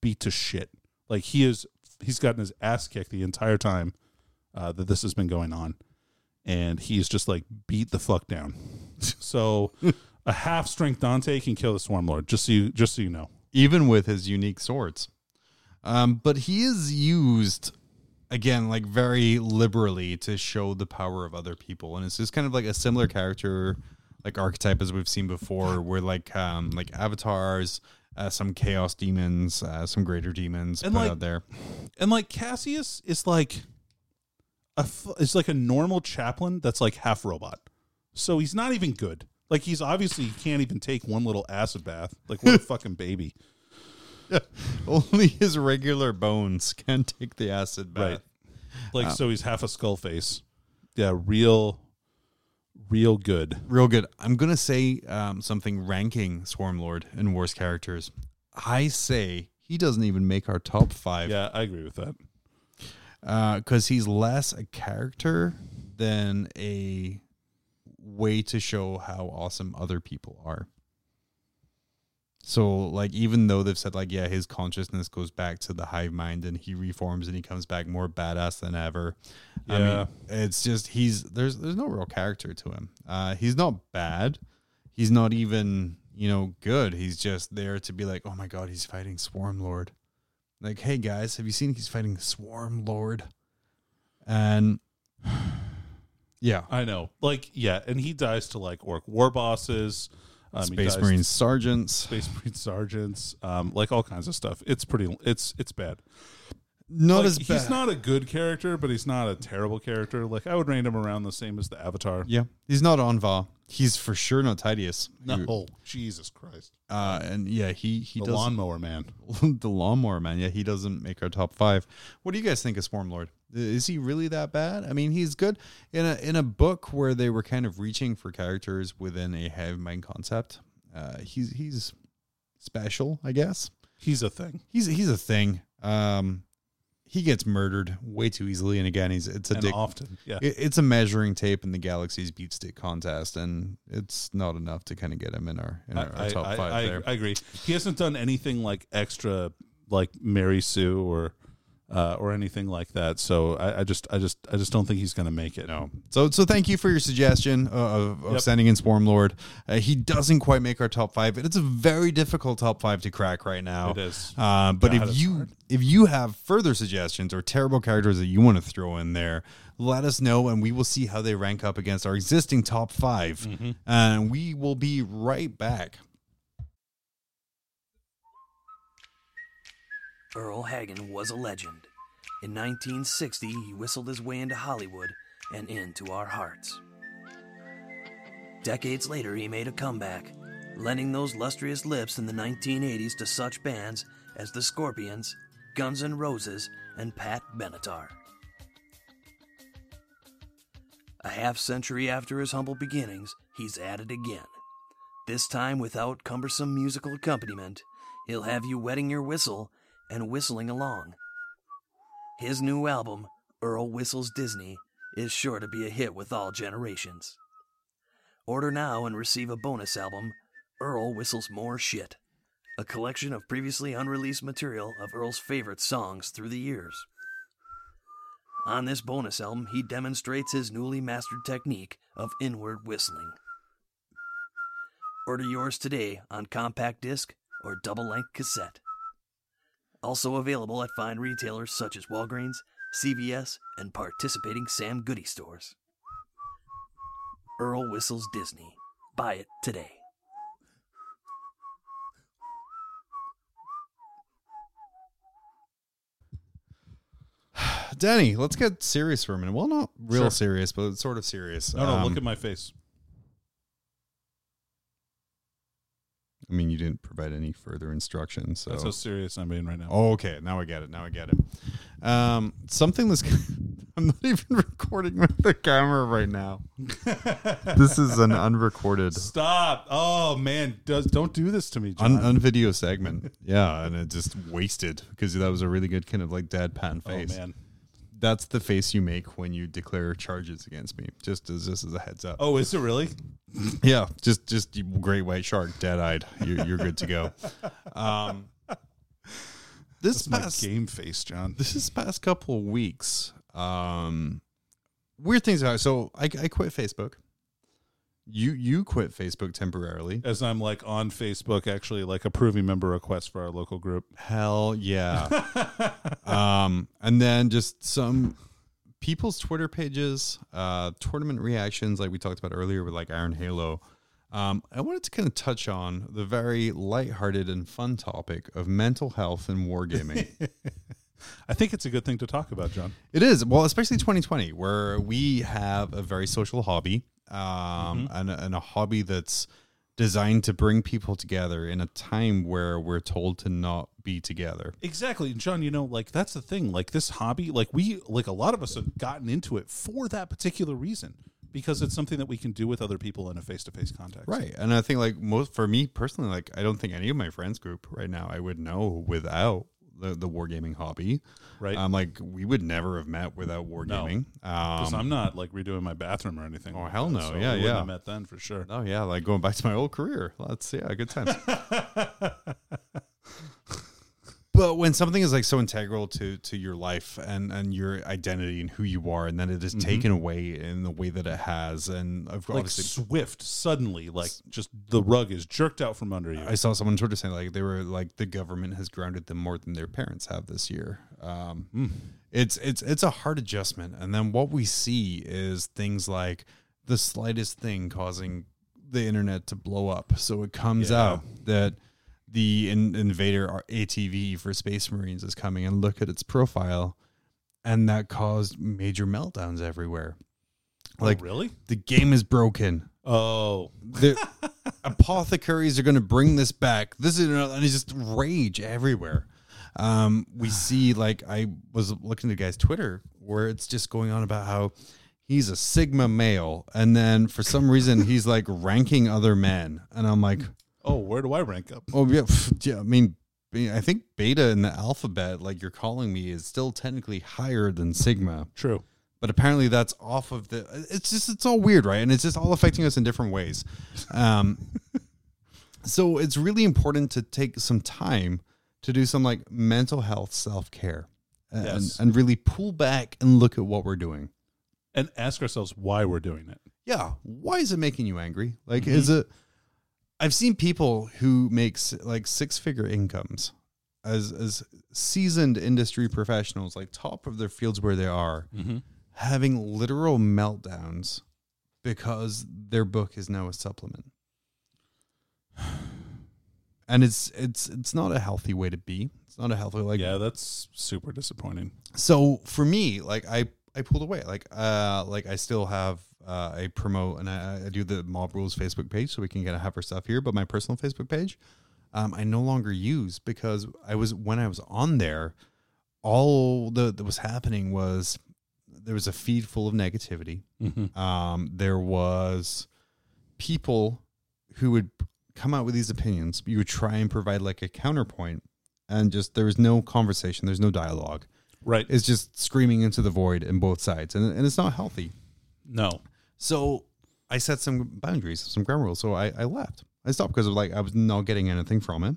Speaker 2: beat to shit. Like he is. He's gotten his ass kicked the entire time uh, that this has been going on, and he's just like beat the fuck down. So a half strength Dante can kill the Swarm Lord. Just so you, just so you know.
Speaker 1: even with his unique swords. Um, but he is used again, like very liberally to show the power of other people, and it's just kind of like a similar character, like archetype as we've seen before, where like um, like avatars, uh, some chaos demons, uh, some greater demons
Speaker 2: And,
Speaker 1: put
Speaker 2: like-
Speaker 1: out there.
Speaker 2: And like Cassius is like a f- is like a normal chaplain that's like half robot. So he's not even good. Like he's obviously he can't even take one little acid bath. Like what a fucking baby.
Speaker 1: Only his regular bones can take the acid bath.
Speaker 2: Right. Like so he's half a skull face. Yeah, real real good.
Speaker 1: Real good. I'm gonna say um, something ranking Swarm Lord and worst characters. I say he doesn't even make our top five.
Speaker 2: Yeah, I agree with that.
Speaker 1: because he's less a character than a way to show how awesome other people are. So, like, even though they've said, like, yeah, his consciousness goes back to the hive mind and he reforms and he comes back more badass than ever.
Speaker 2: Yeah.
Speaker 1: I mean, it's just he's there's there's no real character to him. Uh, he's not bad. He's not even you know good. He's just there to be like, oh my god, he's fighting Swarm Lord like, hey guys, have you seen he's fighting Swarm Lord? And yeah,
Speaker 2: I know. Like yeah, and he dies to like orc war bosses. Um, he
Speaker 1: Space
Speaker 2: dies
Speaker 1: Marine sergeants.
Speaker 2: Space Marine sergeants, um, like all kinds of stuff. It's pretty. It's it's bad.
Speaker 1: Not
Speaker 2: Like,
Speaker 1: as bad.
Speaker 2: He's not a good character, but he's not a terrible character. Like I would rank him around the same as the Avatar.
Speaker 1: yeah, he's not Anva. He's for sure not Titius.
Speaker 2: No,
Speaker 1: Who-
Speaker 2: oh, Jesus Christ!
Speaker 1: Uh, and yeah, he he
Speaker 2: the
Speaker 1: does
Speaker 2: lawnmower man.
Speaker 1: the lawnmower man. Yeah, he doesn't make our top five. What do you guys think of Swarm Lord? Is he really that bad? I mean, he's good in a in a book where they were kind of reaching for characters within a hive mind concept. Uh, he's he's special, I guess.
Speaker 2: He's a thing.
Speaker 1: he's he's a thing. Um, he gets murdered way too easily, and again, he's it's a
Speaker 2: and
Speaker 1: dick.
Speaker 2: often, yeah.
Speaker 1: it- it's a measuring tape in the galaxy's beat stick contest, and it's not enough to kind of get him in our in
Speaker 2: I,
Speaker 1: our, our top
Speaker 2: I-
Speaker 1: five
Speaker 2: I-
Speaker 1: there.
Speaker 2: I agree. He hasn't done anything like extra, like Mary Sue or uh, or anything like that. So I, I just, I just, I just don't think he's going to make it. No,
Speaker 1: so so thank you for your suggestion uh, of, of
Speaker 2: Yep.
Speaker 1: sending in Swarm Lord. Uh, he doesn't quite make our top five, and it's a very difficult top five to crack right now.
Speaker 2: it is.
Speaker 1: Uh, but
Speaker 2: God,
Speaker 1: if
Speaker 2: it's
Speaker 1: you
Speaker 2: hard.
Speaker 1: if you have further suggestions or terrible characters that you want to throw in there, let us know and we will see how they rank up against our existing top 5
Speaker 2: Mm-hmm.
Speaker 1: And we will be right back.
Speaker 8: Earl Hagen was a legend. In 1960, he whistled his way into Hollywood and into our hearts. Decades later, he made a comeback, lending those lustrous lips in the 1980s to such bands as the Scorpions, Guns N' Roses, and Pat Benatar. A half century after his humble beginnings, he's at it again. This time without cumbersome musical accompaniment, he'll have you wetting your whistle and whistling along. His new album, Earl Whistles Disney, is sure to be a hit with all generations. Order now and receive a bonus album, Earl Whistles More Shit, a collection of previously unreleased material of Earl's favorite songs through the years. On this bonus album, he demonstrates his newly mastered technique of inward whistling. Order yours today on compact disc or double length cassette. Also available at fine retailers such as Walgreens, CVS, and participating Sam Goody stores. Earl Whistles Disney. Buy it today.
Speaker 1: Danny, let's get serious for a minute. Well, not real
Speaker 2: Sure.
Speaker 1: serious, but sort of serious.
Speaker 2: No, no,
Speaker 1: Um,
Speaker 2: look at my face.
Speaker 1: I mean, you didn't provide any further instruction, so.
Speaker 2: That's how serious I'm being right now.
Speaker 1: Oh, okay, now I get it. Now I get it. Um, something that's. I'm not even recording with the camera right now. this is an unrecorded,
Speaker 2: Stop. Oh man, does don't do this to me, John.
Speaker 1: un, unvideo segment. Yeah, and it just wasted because that was a really good kind of like deadpan
Speaker 2: oh
Speaker 1: face.
Speaker 2: man.
Speaker 1: That's the face you make when you declare charges against me. Just as just as a heads up.
Speaker 2: Oh, is it really?
Speaker 1: Yeah, just just you great white shark, dead eyed. You're, you're good to go. Um, this
Speaker 2: It's my
Speaker 1: past
Speaker 2: game face, John.
Speaker 1: this is past couple of weeks. Um, weird things about so I, I quit Facebook. You you quit Facebook temporarily.
Speaker 2: As I'm like on Facebook, actually like approving member requests for our local group.
Speaker 1: Hell yeah. um, and then just some people's Twitter pages, uh, tournament reactions, like we talked about earlier with like Iron Halo. Um, I wanted to kind of touch on the very lighthearted and fun topic of mental health and wargaming.
Speaker 2: I think it's a good thing to talk about, John.
Speaker 1: It is well, especially 2020, where we have a very social hobby, um, and, a- and a hobby that's designed to bring people together in a time where we're told to not be together.
Speaker 2: Exactly. And John, you know, like that's the thing. Like this hobby, like we like a lot of us have gotten into it for that particular reason. Because it's something that we can do with other people in a face to face context.
Speaker 1: Right, and I think like most for me personally, like I don't think any of my friends group right now I would know without the, the wargaming hobby.
Speaker 2: Right.
Speaker 1: I'm like we would never have met without wargaming. Um,
Speaker 2: Because I'm not like redoing my bathroom or anything.
Speaker 1: Oh,
Speaker 2: like
Speaker 1: hell
Speaker 2: that,
Speaker 1: no. Yeah,
Speaker 2: we wouldn't
Speaker 1: yeah.
Speaker 2: have met then for sure.
Speaker 1: oh yeah, like going back to my old career. Let's yeah, good times. but when something is like so integral to to your life and and your identity and who you are and then it is taken away in the way that it has and I've
Speaker 2: Mm-hmm. like
Speaker 1: obviously
Speaker 2: swift, suddenly, like just the rug is jerked out from under you.
Speaker 1: I saw someone on Twitter saying like they were like the government has grounded them more than their parents have this year. Um,
Speaker 2: Hmm.
Speaker 1: It's it's it's a hard adjustment, and then what we see is things like the slightest thing causing the internet to blow up. So it comes
Speaker 2: Yeah.
Speaker 1: out that the in, invader or ATV for Space Marines is coming, and look at its profile, and that caused major meltdowns everywhere. Like
Speaker 2: oh, really?
Speaker 1: the game is broken
Speaker 2: Oh,
Speaker 1: the apothecaries are going to bring this back. This is another- and it's just rage everywhere. Um, we see like I was looking at the guy's Twitter where it's just going on about how he's a sigma male, and then for some reason he's like ranking other men, and I'm like,
Speaker 2: oh, where do I rank up?
Speaker 1: oh yeah, pff, yeah. I mean, I think beta in the alphabet, like you're calling me, is still technically higher than sigma
Speaker 2: True.
Speaker 1: but apparently that's off of the it's just it's all weird right and it's just all affecting us in different ways um so it's really important to take some time to do some like mental health self-care and,
Speaker 2: Yes.
Speaker 1: and really pull back and look at what we're doing
Speaker 2: And ask ourselves why we're doing it.
Speaker 1: yeah why is it making you angry like is it i've seen people who make s- like six figure incomes as as seasoned industry professionals like top of their fields where they are having literal meltdowns because their book is now a supplement and it's it's it's not a healthy way to be it's not a healthy like
Speaker 2: yeah, that's super disappointing.
Speaker 1: so for me like i i pulled away like uh like i still have uh, I promote and I, I do the Mob Rules Facebook page so we can kind of have our stuff here. But my personal Facebook page, um, I no longer use because I was when I was on there, all the, that was happening was there was a feed full of negativity. Um, there was people who would come out with these opinions, you would try and provide like a counterpoint, and just there was no conversation, there's no dialogue.
Speaker 2: Right.
Speaker 1: It's just screaming into the void in both sides, and, and it's not healthy.
Speaker 2: No.
Speaker 1: So I set some boundaries, some ground rules. So I, I left. I stopped because of like I was not getting anything from it.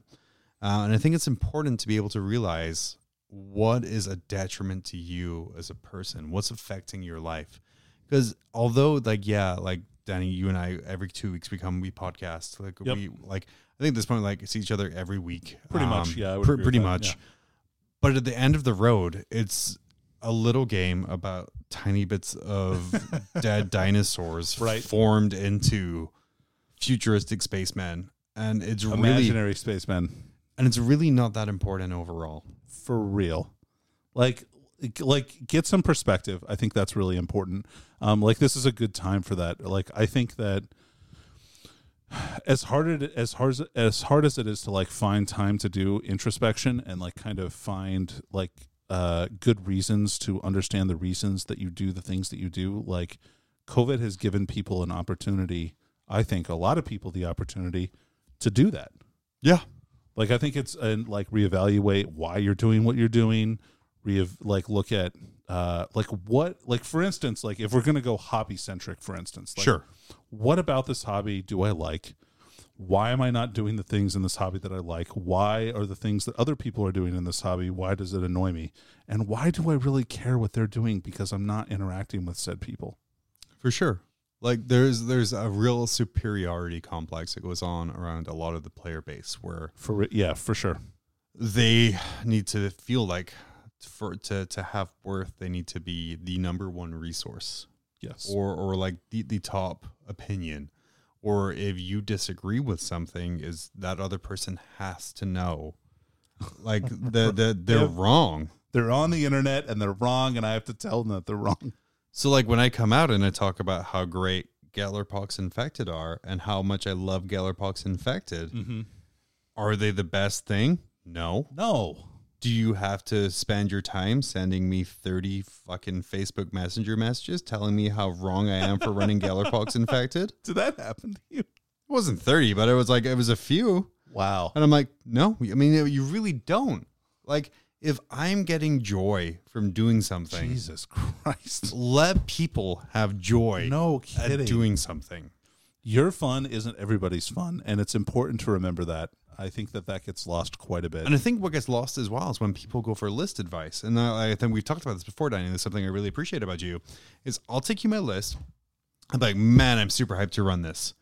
Speaker 1: Uh, and I think it's important to be able to realize what is a detriment to you as a person, what's affecting your life. Because although like yeah, like Danny, you and I every two weeks we come we podcast like
Speaker 2: Yep.
Speaker 1: we like I think at this point like see each other every week
Speaker 2: Pretty much, yeah, I would
Speaker 1: pre-
Speaker 2: agree with
Speaker 1: pretty
Speaker 2: that,
Speaker 1: much.
Speaker 2: yeah.
Speaker 1: But at the end of the road, it's a little game about tiny bits of dead dinosaurs
Speaker 2: Right.
Speaker 1: formed into futuristic spacemen, and it's really
Speaker 2: Imaginary spaceman.
Speaker 1: and it's really not that important overall.
Speaker 2: for real like like get some perspective i think that's really important um like this is a good time for that like i think that as hard it, as hard as, as hard as it is to like find time to do introspection and like kind of find like uh good reasons to understand the reasons that you do the things that you do like covid has given people an opportunity i think a lot of people the opportunity to do that
Speaker 1: Yeah,
Speaker 2: like I think it's and like reevaluate why you're doing what you're doing. Re like look at uh like what like for instance like if we're gonna go hobby centric for instance like,
Speaker 1: Sure.
Speaker 2: what about this hobby do I like why am I not doing the things in this hobby that I like why are the things that other people are doing in this hobby why does it annoy me and why do I really care what they're doing because I'm not interacting with said people
Speaker 1: for sure. Like there's there's a real superiority complex that goes on around a lot of the player base where
Speaker 2: for re- yeah for sure
Speaker 1: they need to feel like for to to have worth they need to be the number one resource
Speaker 2: yes
Speaker 1: or or like the, the top opinion or if you disagree with something is that other person has to know like the, the they're
Speaker 2: Yeah.
Speaker 1: wrong
Speaker 2: they're on the internet and they're wrong and I have to tell them that they're wrong
Speaker 1: so like when i come out and i talk about how great gellerpox infected are and how much i love gellerpox infected
Speaker 2: mm-hmm.
Speaker 1: are they the best thing no
Speaker 2: no
Speaker 1: do you have to spend your time sending me 30 fucking facebook messenger messages telling me how wrong i am for running gellerpox infected
Speaker 2: Did that happen to you?
Speaker 1: it wasn't 30 but it was like it was a few
Speaker 2: Wow.
Speaker 1: And I'm like, no, I mean, you really don't. Like, if I'm getting joy from doing something,
Speaker 2: Jesus Christ.
Speaker 1: let people have joy
Speaker 2: No
Speaker 1: at
Speaker 2: kidding.
Speaker 1: doing something.
Speaker 2: Your fun isn't everybody's fun, and it's important to remember that. I think that that gets lost quite a bit.
Speaker 1: And I think what gets lost as well is when people go for list advice. And I, I think we've talked about this before, Danny. There's something I really appreciate about you is I'll take you my list. I'm like, man, I'm super hyped to run this.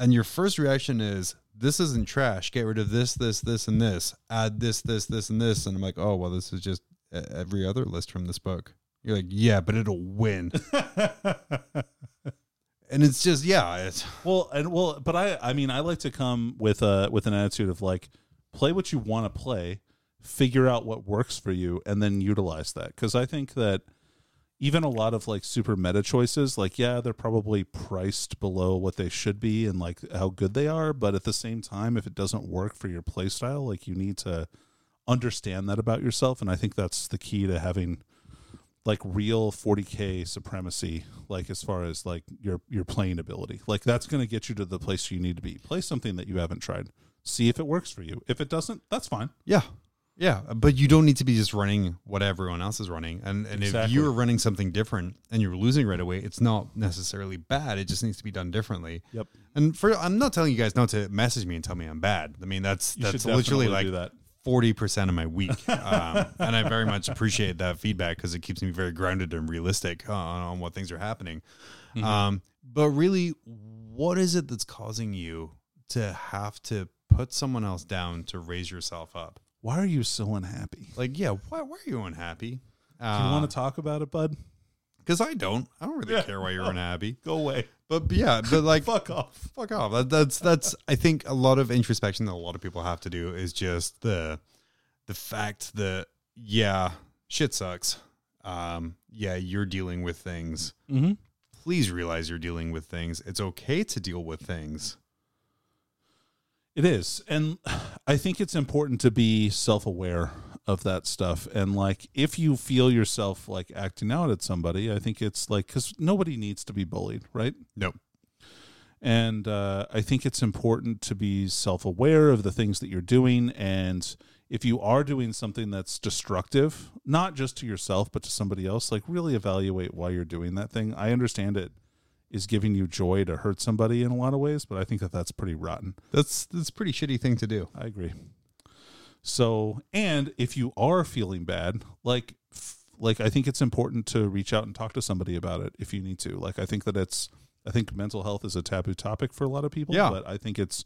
Speaker 1: And your first reaction is, this isn't trash. Get rid of this, this, this, and this. Add this, this, this, and this. And I'm like, oh, well, this is just e- every other list from this book. You're like, yeah, but it'll win. and it's just, yeah, it's
Speaker 2: well, and well, but I, I mean, I like to come with a with an attitude of like, play what you want to play, figure out what works for you, and then utilize that. Because I think that even a lot of like super meta choices, like yeah, they're probably priced below what they should be and like how good they are, but at the same time, if it doesn't work for your play style, like you need to understand that about yourself, and I think that's the key to having like real 40k supremacy like as far as like your your playing ability like that's going to get you to the place you need to be play something that you haven't tried see if it works for you if it doesn't that's fine
Speaker 1: Yeah. Yeah. But you don't need to be just running what everyone else is running. And and if
Speaker 2: Exactly.
Speaker 1: you're running something different and you're losing right away, it's not necessarily bad. It just needs to be done differently.
Speaker 2: Yep.
Speaker 1: And for I'm not telling you guys not to message me and tell me I'm bad. I mean that's
Speaker 2: You
Speaker 1: that's
Speaker 2: should
Speaker 1: literally
Speaker 2: definitely
Speaker 1: like
Speaker 2: do that.
Speaker 1: forty percent of my week, um, and I very much appreciate that feedback because it keeps me very grounded and realistic uh, on, on what things are happening.
Speaker 2: Mm-hmm.
Speaker 1: Um, but really, what is it that's causing you to have to put someone else down to raise yourself up?
Speaker 2: why are you so unhappy
Speaker 1: Like, yeah, why, why are you unhappy?
Speaker 2: do you want to talk about it bud
Speaker 1: Because I don't. I don't really
Speaker 2: Yeah.
Speaker 1: care why you're unhappy.
Speaker 2: go away
Speaker 1: But yeah, but like,
Speaker 2: fuck off
Speaker 1: fuck off. That, that's that's. I think a lot of introspection that a lot of people have to do is just the the fact that yeah, shit sucks. Um, yeah, you're dealing with things.
Speaker 2: mm-hmm.
Speaker 1: Please realize you're dealing with things. It's okay to deal with things.
Speaker 2: It is. And I think it's important to be self aware of that stuff. And like, if you feel yourself like acting out at somebody, I think it's like, because nobody needs to be bullied, right?
Speaker 1: Nope.
Speaker 2: And uh, I think it's important to be self aware of the things that you're doing. And if you are doing something that's destructive, not just to yourself, but to somebody else, like really evaluate why you're doing that thing. I understand it is giving you joy to hurt somebody in a lot of ways, but I think that that's pretty rotten.
Speaker 1: That's that's a pretty shitty thing to do.
Speaker 2: I agree. So, and if you are feeling bad, like f- like I think it's important to reach out and talk to somebody about it if you need to. Like I think that it's I think mental health is a taboo topic for a lot of people,
Speaker 1: Yeah.
Speaker 2: but I think it's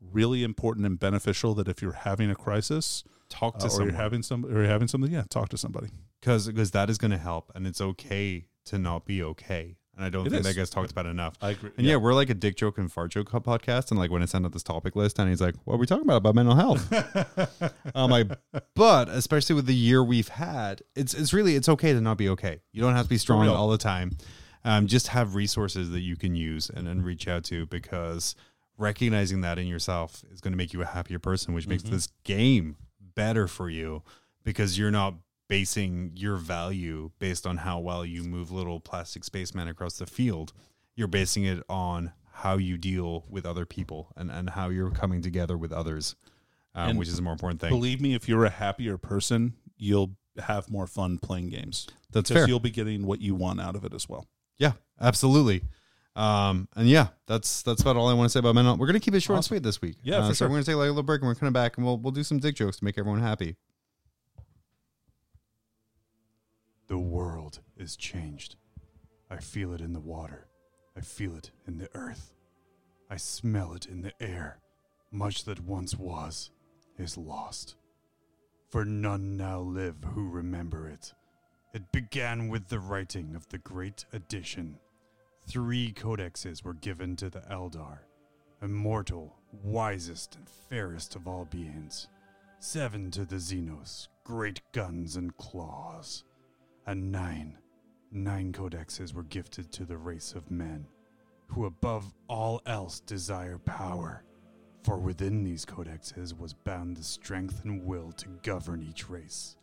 Speaker 2: really important and beneficial that if you're having a crisis
Speaker 1: Talk
Speaker 2: uh,
Speaker 1: to
Speaker 2: or you're
Speaker 1: someone
Speaker 2: having some or you're having something, yeah, talk to somebody.
Speaker 1: because because that is going to help, and it's okay to not be okay. And I don't
Speaker 2: It
Speaker 1: think
Speaker 2: is.
Speaker 1: that gets talked about enough.
Speaker 2: I agree.
Speaker 1: And yeah. we're like a dick joke and fart joke podcast. And like when I send out this topic list, and he's like, "What are we talking about about mental health?"
Speaker 2: Uh,
Speaker 1: I'm like, Um, "But especially with the year we've had, it's it's really it's okay to not be okay. You don't have to be strong
Speaker 2: real.
Speaker 1: all the time. Um, just have resources that you can use and then reach out to because recognizing that in yourself is going to make you a happier person, which
Speaker 2: Mm-hmm.
Speaker 1: makes this game better for you because you're not basing your value based on how well you move little plastic spaceman across the field. You're basing it on how you deal with other people and, and how you're coming together with others, um,
Speaker 2: And
Speaker 1: which is a more important thing.
Speaker 2: Believe me, if you're a happier person, you'll have more fun playing games.
Speaker 1: That's
Speaker 2: because
Speaker 1: fair.
Speaker 2: you'll be getting what you want out of it as well.
Speaker 1: Yeah, absolutely. Um, and yeah, that's that's about all I want to say about mental. We're gonna keep it short and sweet this week.
Speaker 2: Yeah,
Speaker 1: Uh, so
Speaker 2: for sure.
Speaker 1: We're gonna take like a little break and we're coming back and we'll we'll do some dick jokes to make everyone happy. The world is changed. I feel it in the water. I feel it in the earth. I smell it in the air. Much that once was is lost. For none now live who remember it. It began with the writing of the Great Edition. Three codexes were given to the Eldar, immortal, wisest, and fairest of all beings. Seven to the Xenos, great guns and claws. And nine, nine codexes were gifted to the race of men, who above all else desire power. For within these codexes was bound the strength and will to govern each race.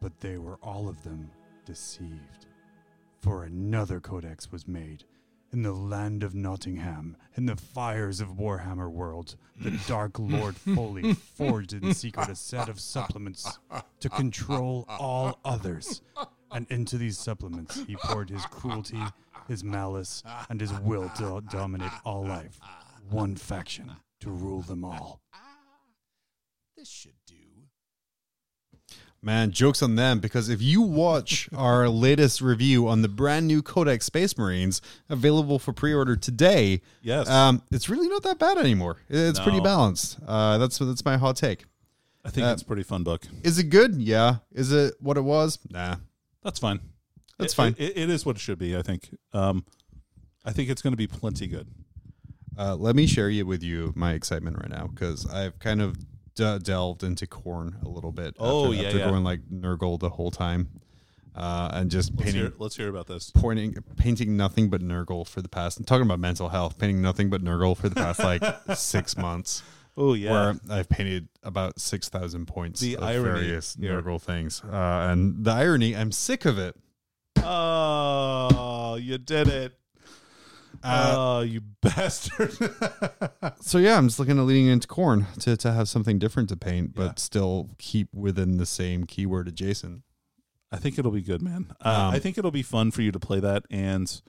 Speaker 1: But they were all of them deceived. For another codex was made in the land of Nottingham, in the fires of Warhammer World. The Dark Lord Foley forged in secret a set of supplements to control all others. And into these supplements he poured his cruelty, his malice, and his will to dominate all life. One faction to rule them all.
Speaker 9: This should do.
Speaker 1: Man, jokes on them because if you watch our latest review on the brand new Codex Space Marines, available for pre-order today,
Speaker 2: Yes.
Speaker 1: um, it's really not that bad anymore. It's pretty
Speaker 2: No.
Speaker 1: balanced. Uh, that's that's my hot take.
Speaker 2: I think
Speaker 1: Uh,
Speaker 2: that's a pretty fun book.
Speaker 1: Is it good? Yeah. Is it what it was? Nah.
Speaker 2: That's fine.
Speaker 1: That's
Speaker 2: It-
Speaker 1: fine.
Speaker 2: It, it is what it should be. I think. Um, I think it's going to be plenty good.
Speaker 1: Uh, let me share you with you my excitement right now because I've kind of d- delved into corn a little bit.
Speaker 2: Oh,
Speaker 1: after,
Speaker 2: yeah,
Speaker 1: after
Speaker 2: yeah.
Speaker 1: going like Nurgle the whole time, uh, and just
Speaker 2: Let's
Speaker 1: painting
Speaker 2: hear, let's hear about this.
Speaker 1: pointing painting nothing but Nurgle for the past. I'm talking about mental health, painting nothing but Nurgle for the past like six months.
Speaker 2: Oh yeah.
Speaker 1: Where I've painted about six thousand points
Speaker 2: The
Speaker 1: of
Speaker 2: irony
Speaker 1: various
Speaker 2: here.
Speaker 1: Nurgle things, uh, and the irony. I'm sick of it.
Speaker 2: oh, you did it.
Speaker 1: Uh,
Speaker 2: oh, you bastard.
Speaker 1: So yeah, I'm just looking at leading into corn to to have something different to paint, but still keep within the same keyword adjacent.
Speaker 2: I think it'll be good, man. Uh,
Speaker 1: Um,
Speaker 2: I think it'll be fun for you to play that, and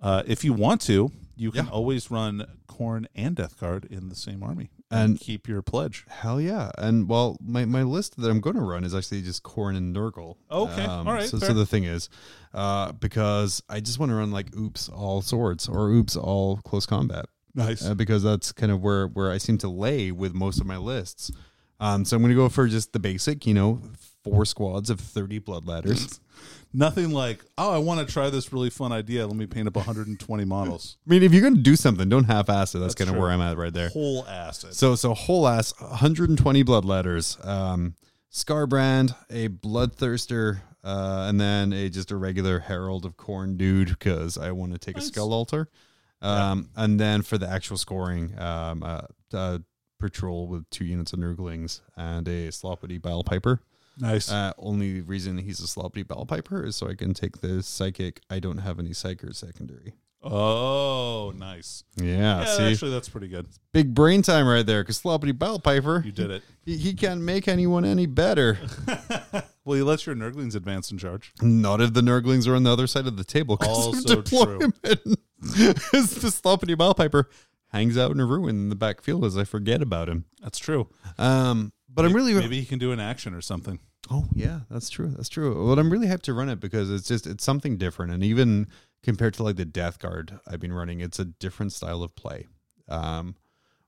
Speaker 2: uh, if you want to, you can
Speaker 1: Yeah.
Speaker 2: always run Corn and Death Guard in the same army
Speaker 1: And-
Speaker 2: keep your pledge.
Speaker 1: Hell yeah! And well, my, my list that I'm going to run is actually just corn and Nurgle. Um,
Speaker 2: Okay, all right,
Speaker 1: So, so
Speaker 2: fair.
Speaker 1: the thing is, uh, because I just want to run like oops all swords or oops all close combat
Speaker 2: Nice.
Speaker 1: uh, because that's kind of where where I seem to lay with most of my lists. Um, so I'm going to go for just the basic, you know, four squads of 30 blood ladders.
Speaker 2: Nothing like, oh, I want to try this really fun idea. Let me paint up 120 models.
Speaker 1: I mean, if you're going to do something, don't half-ass it. That's,
Speaker 2: That's
Speaker 1: kind of
Speaker 2: true.
Speaker 1: where I'm at right there.
Speaker 2: Whole acid.
Speaker 1: So so whole ass 120 blood letters. Um Scarbrand, a bloodthirster, uh, and then a just a regular herald of corn dude because I want to take a skull altar. Um, and then for the actual scoring, um, uh, uh, patrol with two units of nurglings and a sloppity bell piper.
Speaker 2: nice.
Speaker 1: Uh, only reason he's a sloppity bell piper is so I can take the psychic. I don't have any psycher secondary.
Speaker 2: Oh, nice.
Speaker 1: Yeah,
Speaker 2: Yeah,
Speaker 1: see,
Speaker 2: actually, that's pretty good.
Speaker 1: big brain time right there. Because Sloppity Bell Piper,
Speaker 2: You did it.
Speaker 1: he, he can't make anyone any better.
Speaker 2: Well, you let your Nurglings advance in charge.
Speaker 1: Not if the Nurglings are on the other side of the table. 'cause their
Speaker 2: Also true.
Speaker 1: deployment is the Sloppity Bell Piper hangs out in a ruin in the backfield as I forget about him.
Speaker 2: That's true.
Speaker 1: Um, but I'm really
Speaker 2: Maybe he can do an action or something.
Speaker 1: Oh yeah, that's true. That's true. Well, I'm really hyped to run it because it's just it's something different, and even compared to like the Death Guard I've been running, it's a different style of play, um,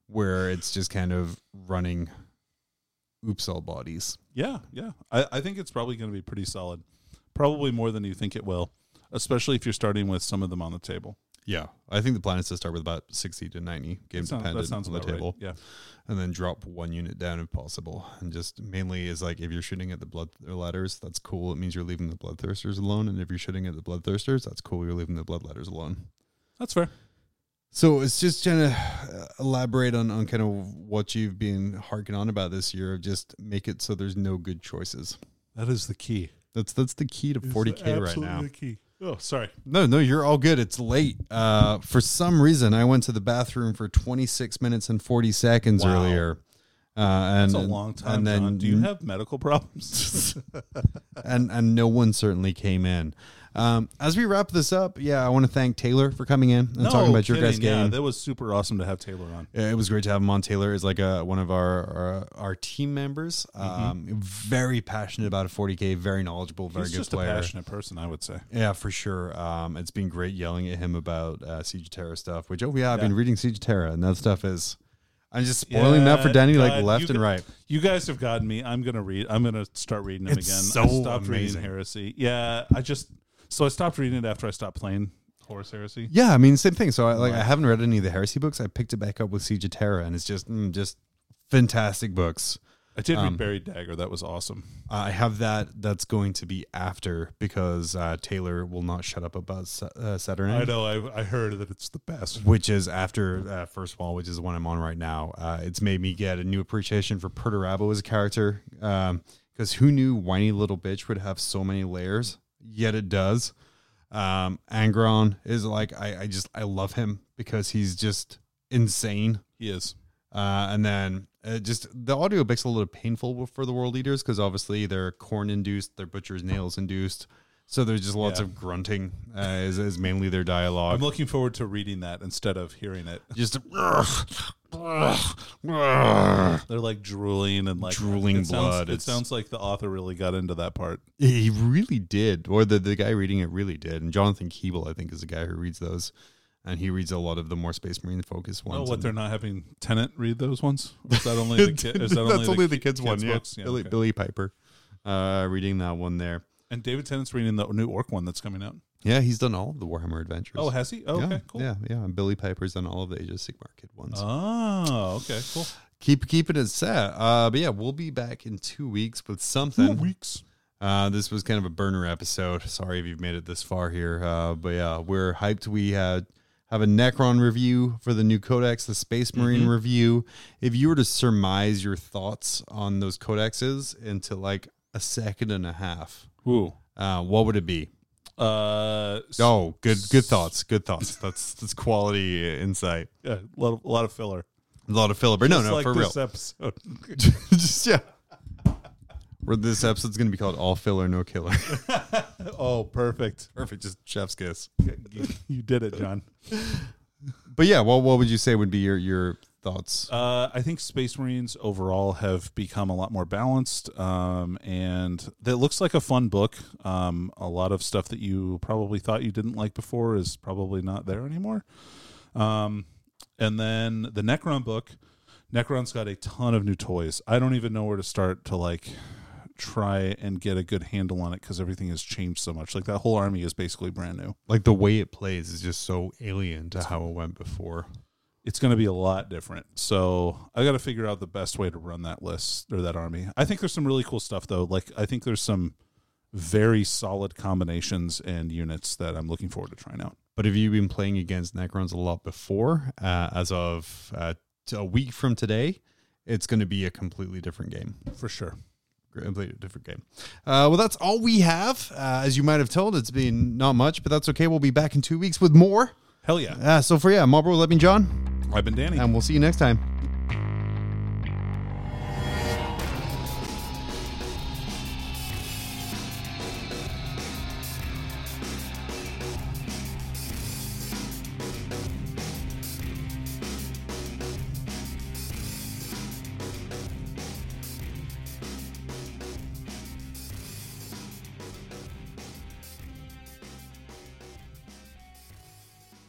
Speaker 1: where it's just kind of running oops all bodies.
Speaker 2: Yeah, yeah. I, I think it's probably going to be pretty solid. Probably more than you think it will, especially if you're starting with some of them on the table.
Speaker 1: Yeah, I think the plan is to start with about sixty to ninety game
Speaker 2: That sounds- that
Speaker 1: dependent
Speaker 2: sounds
Speaker 1: on the
Speaker 2: about right.
Speaker 1: table,
Speaker 2: Yeah.
Speaker 1: and then drop one unit down if possible, and just mainly is like if you're shooting at the blood ladders, that's cool. It means you're leaving the bloodthirsters alone, and if you're shooting at the bloodthirsters, that's cool. You're leaving the blood ladders alone.
Speaker 2: That's fair.
Speaker 1: So it's just trying to uh, elaborate on, on kind of what you've been harking on about this year of just make it so there's no good choices.
Speaker 2: That is the key.
Speaker 1: That's that's the key to 40k right now.
Speaker 2: Oh, sorry.
Speaker 1: No, no, you're all good. It's late. Uh, for some reason, I went to the bathroom for 26 minutes and 40 seconds
Speaker 2: Wow.
Speaker 1: earlier. Uh, and
Speaker 2: That's a long time.
Speaker 1: And then
Speaker 2: John. do you have medical problems?
Speaker 1: and and no one certainly came in. Um, as we wrap this up, yeah, I want to thank Taylor for coming in and talking about your guys'
Speaker 2: kidding. Yeah,
Speaker 1: game.
Speaker 2: that was super awesome to have Taylor on.
Speaker 1: Yeah, it was great to have him on. Taylor is like a, one of our our, our team members.
Speaker 2: Mm-hmm.
Speaker 1: Um, Very passionate about 40k, very knowledgeable, very
Speaker 2: He's
Speaker 1: good
Speaker 2: just
Speaker 1: player.
Speaker 2: a passionate person, I would say.
Speaker 1: Yeah, for sure. Um, it's been great yelling at him about uh, Siege of Terra stuff. Which oh yeah, I've been reading Siege of Terra, and that stuff is. I'm just spoiling that for
Speaker 2: Yeah,
Speaker 1: Danny
Speaker 2: God,
Speaker 1: like
Speaker 2: you
Speaker 1: left and
Speaker 2: gu-
Speaker 1: right.
Speaker 2: You guys have gotten me. I'm gonna read. I'm gonna start reading them
Speaker 1: It's
Speaker 2: again.
Speaker 1: so
Speaker 2: I stopped
Speaker 1: amazing.
Speaker 2: reading Heresy. Yeah, I just so I stopped reading it after I stopped playing Horse Heresy.
Speaker 1: Yeah, I mean same thing. So I like I haven't read any of the Heresy books. I picked it back up with Siege of Terra, and it's just mm, just fantastic books.
Speaker 2: I did
Speaker 1: um,
Speaker 2: read Buried Dagger. That was awesome.
Speaker 1: I have that. That's going to be after because uh, Taylor will not shut up about Sa- uh, Saturn.
Speaker 2: I know. I, I heard that it's the best.
Speaker 1: which is after uh, First Wall, which is the one I'm on right now. Uh, it's made me get a new appreciation for Perturabo as a character. Because who knew Whiny Little Bitch would have so many layers? Yet it does. Um, Angron is like, I, I just, I love him because he's just insane.
Speaker 2: He is.
Speaker 1: Uh, and then uh, just the audio makes it a little painful for the world leaders because obviously they're corn induced, they're butcher's nails induced. So there's just lots
Speaker 2: Yeah.
Speaker 1: of grunting uh, is, is mainly their dialogue
Speaker 2: I'm looking forward to reading that instead of hearing it.
Speaker 1: just
Speaker 2: They're like drooling and like
Speaker 1: Drooling
Speaker 2: it sounds-
Speaker 1: blood.
Speaker 2: It
Speaker 1: It's-
Speaker 2: sounds like the author really got into that part.
Speaker 1: he really did or the, the guy reading it really did and jonathan keeble i think is the guy who reads those and he reads a lot of the more space marine focused ones
Speaker 2: Oh, what
Speaker 1: and-
Speaker 2: they're not having Tenant read those ones? Or Is that only the kid? Is that only
Speaker 1: that's only the kids, one yeah.
Speaker 2: books?
Speaker 1: billy,
Speaker 2: okay.
Speaker 1: billy piper uh reading that one there
Speaker 2: And David Tennant's reading the new Orc one that's coming out.
Speaker 1: yeah he's done all of the warhammer adventures
Speaker 2: Oh, has he? Oh,
Speaker 1: yeah,
Speaker 2: okay, cool.
Speaker 1: yeah yeah and billy piper's done all of the age of sigmar kid ones
Speaker 2: Oh, okay, cool.
Speaker 1: keep keeping it set uh but yeah we'll be back in two weeks with something
Speaker 2: weeks.
Speaker 1: Uh, this was kind of a burner episode. Sorry if you've made it this far here, uh, but yeah, we're hyped. We uh, have a Necron review for the new Codex, the Space Marine
Speaker 2: Mm-hmm.
Speaker 1: review. If you were to surmise your thoughts on those codexes into like a second and a half,
Speaker 2: Ooh.
Speaker 1: uh, what would it be?
Speaker 2: Uh, s-
Speaker 1: Oh, good, good thoughts, good thoughts. That's that's quality insight.
Speaker 2: yeah, a lot of, a lot of filler.
Speaker 1: A lot of filler, no,
Speaker 2: Just
Speaker 1: Oh, no,
Speaker 2: like
Speaker 1: for real.
Speaker 2: this episode.
Speaker 1: Just yeah. Where this episode's gonna be called "All Filler, No Killer."
Speaker 2: oh, perfect.
Speaker 1: Perfect, just chef's kiss.
Speaker 2: You, you did it, John.
Speaker 1: But yeah, well, what would you say would be your your thoughts?
Speaker 2: Uh, I think Space Marines overall have become a lot more balanced, um, and that looks like a fun book. Um, a lot of stuff that you probably thought you didn't like before is probably not there anymore. Um, and then the Necron book, Necron's got a ton of new toys. I don't even know where to start to like try and get a good handle on it because everything has changed so much. Like that whole army is basically brand new.
Speaker 1: like the way it plays is just so alien to how it went before.
Speaker 2: it's going to be a lot different. So I got to figure out the best way to run that list or that army. I think there's some really cool stuff though. Like I think there's some very solid combinations and units that I'm looking forward to trying out.
Speaker 1: But have you been playing against Necrons a lot before? Uh, as of uh, t- a week from today, it's going to be a completely different game.
Speaker 2: For sure.
Speaker 1: Completely different game. Uh, well, that's all we have. Uh, as you might have told, it's been not much, but that's okay. We'll be back in two weeks with more.
Speaker 2: Hell yeah.
Speaker 1: Uh, so for yeah, Marlboro, let me John,
Speaker 2: I've been Danny.
Speaker 1: and we'll see you next time.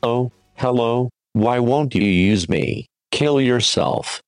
Speaker 5: Oh, hello, why won't you use me? Kill yourself.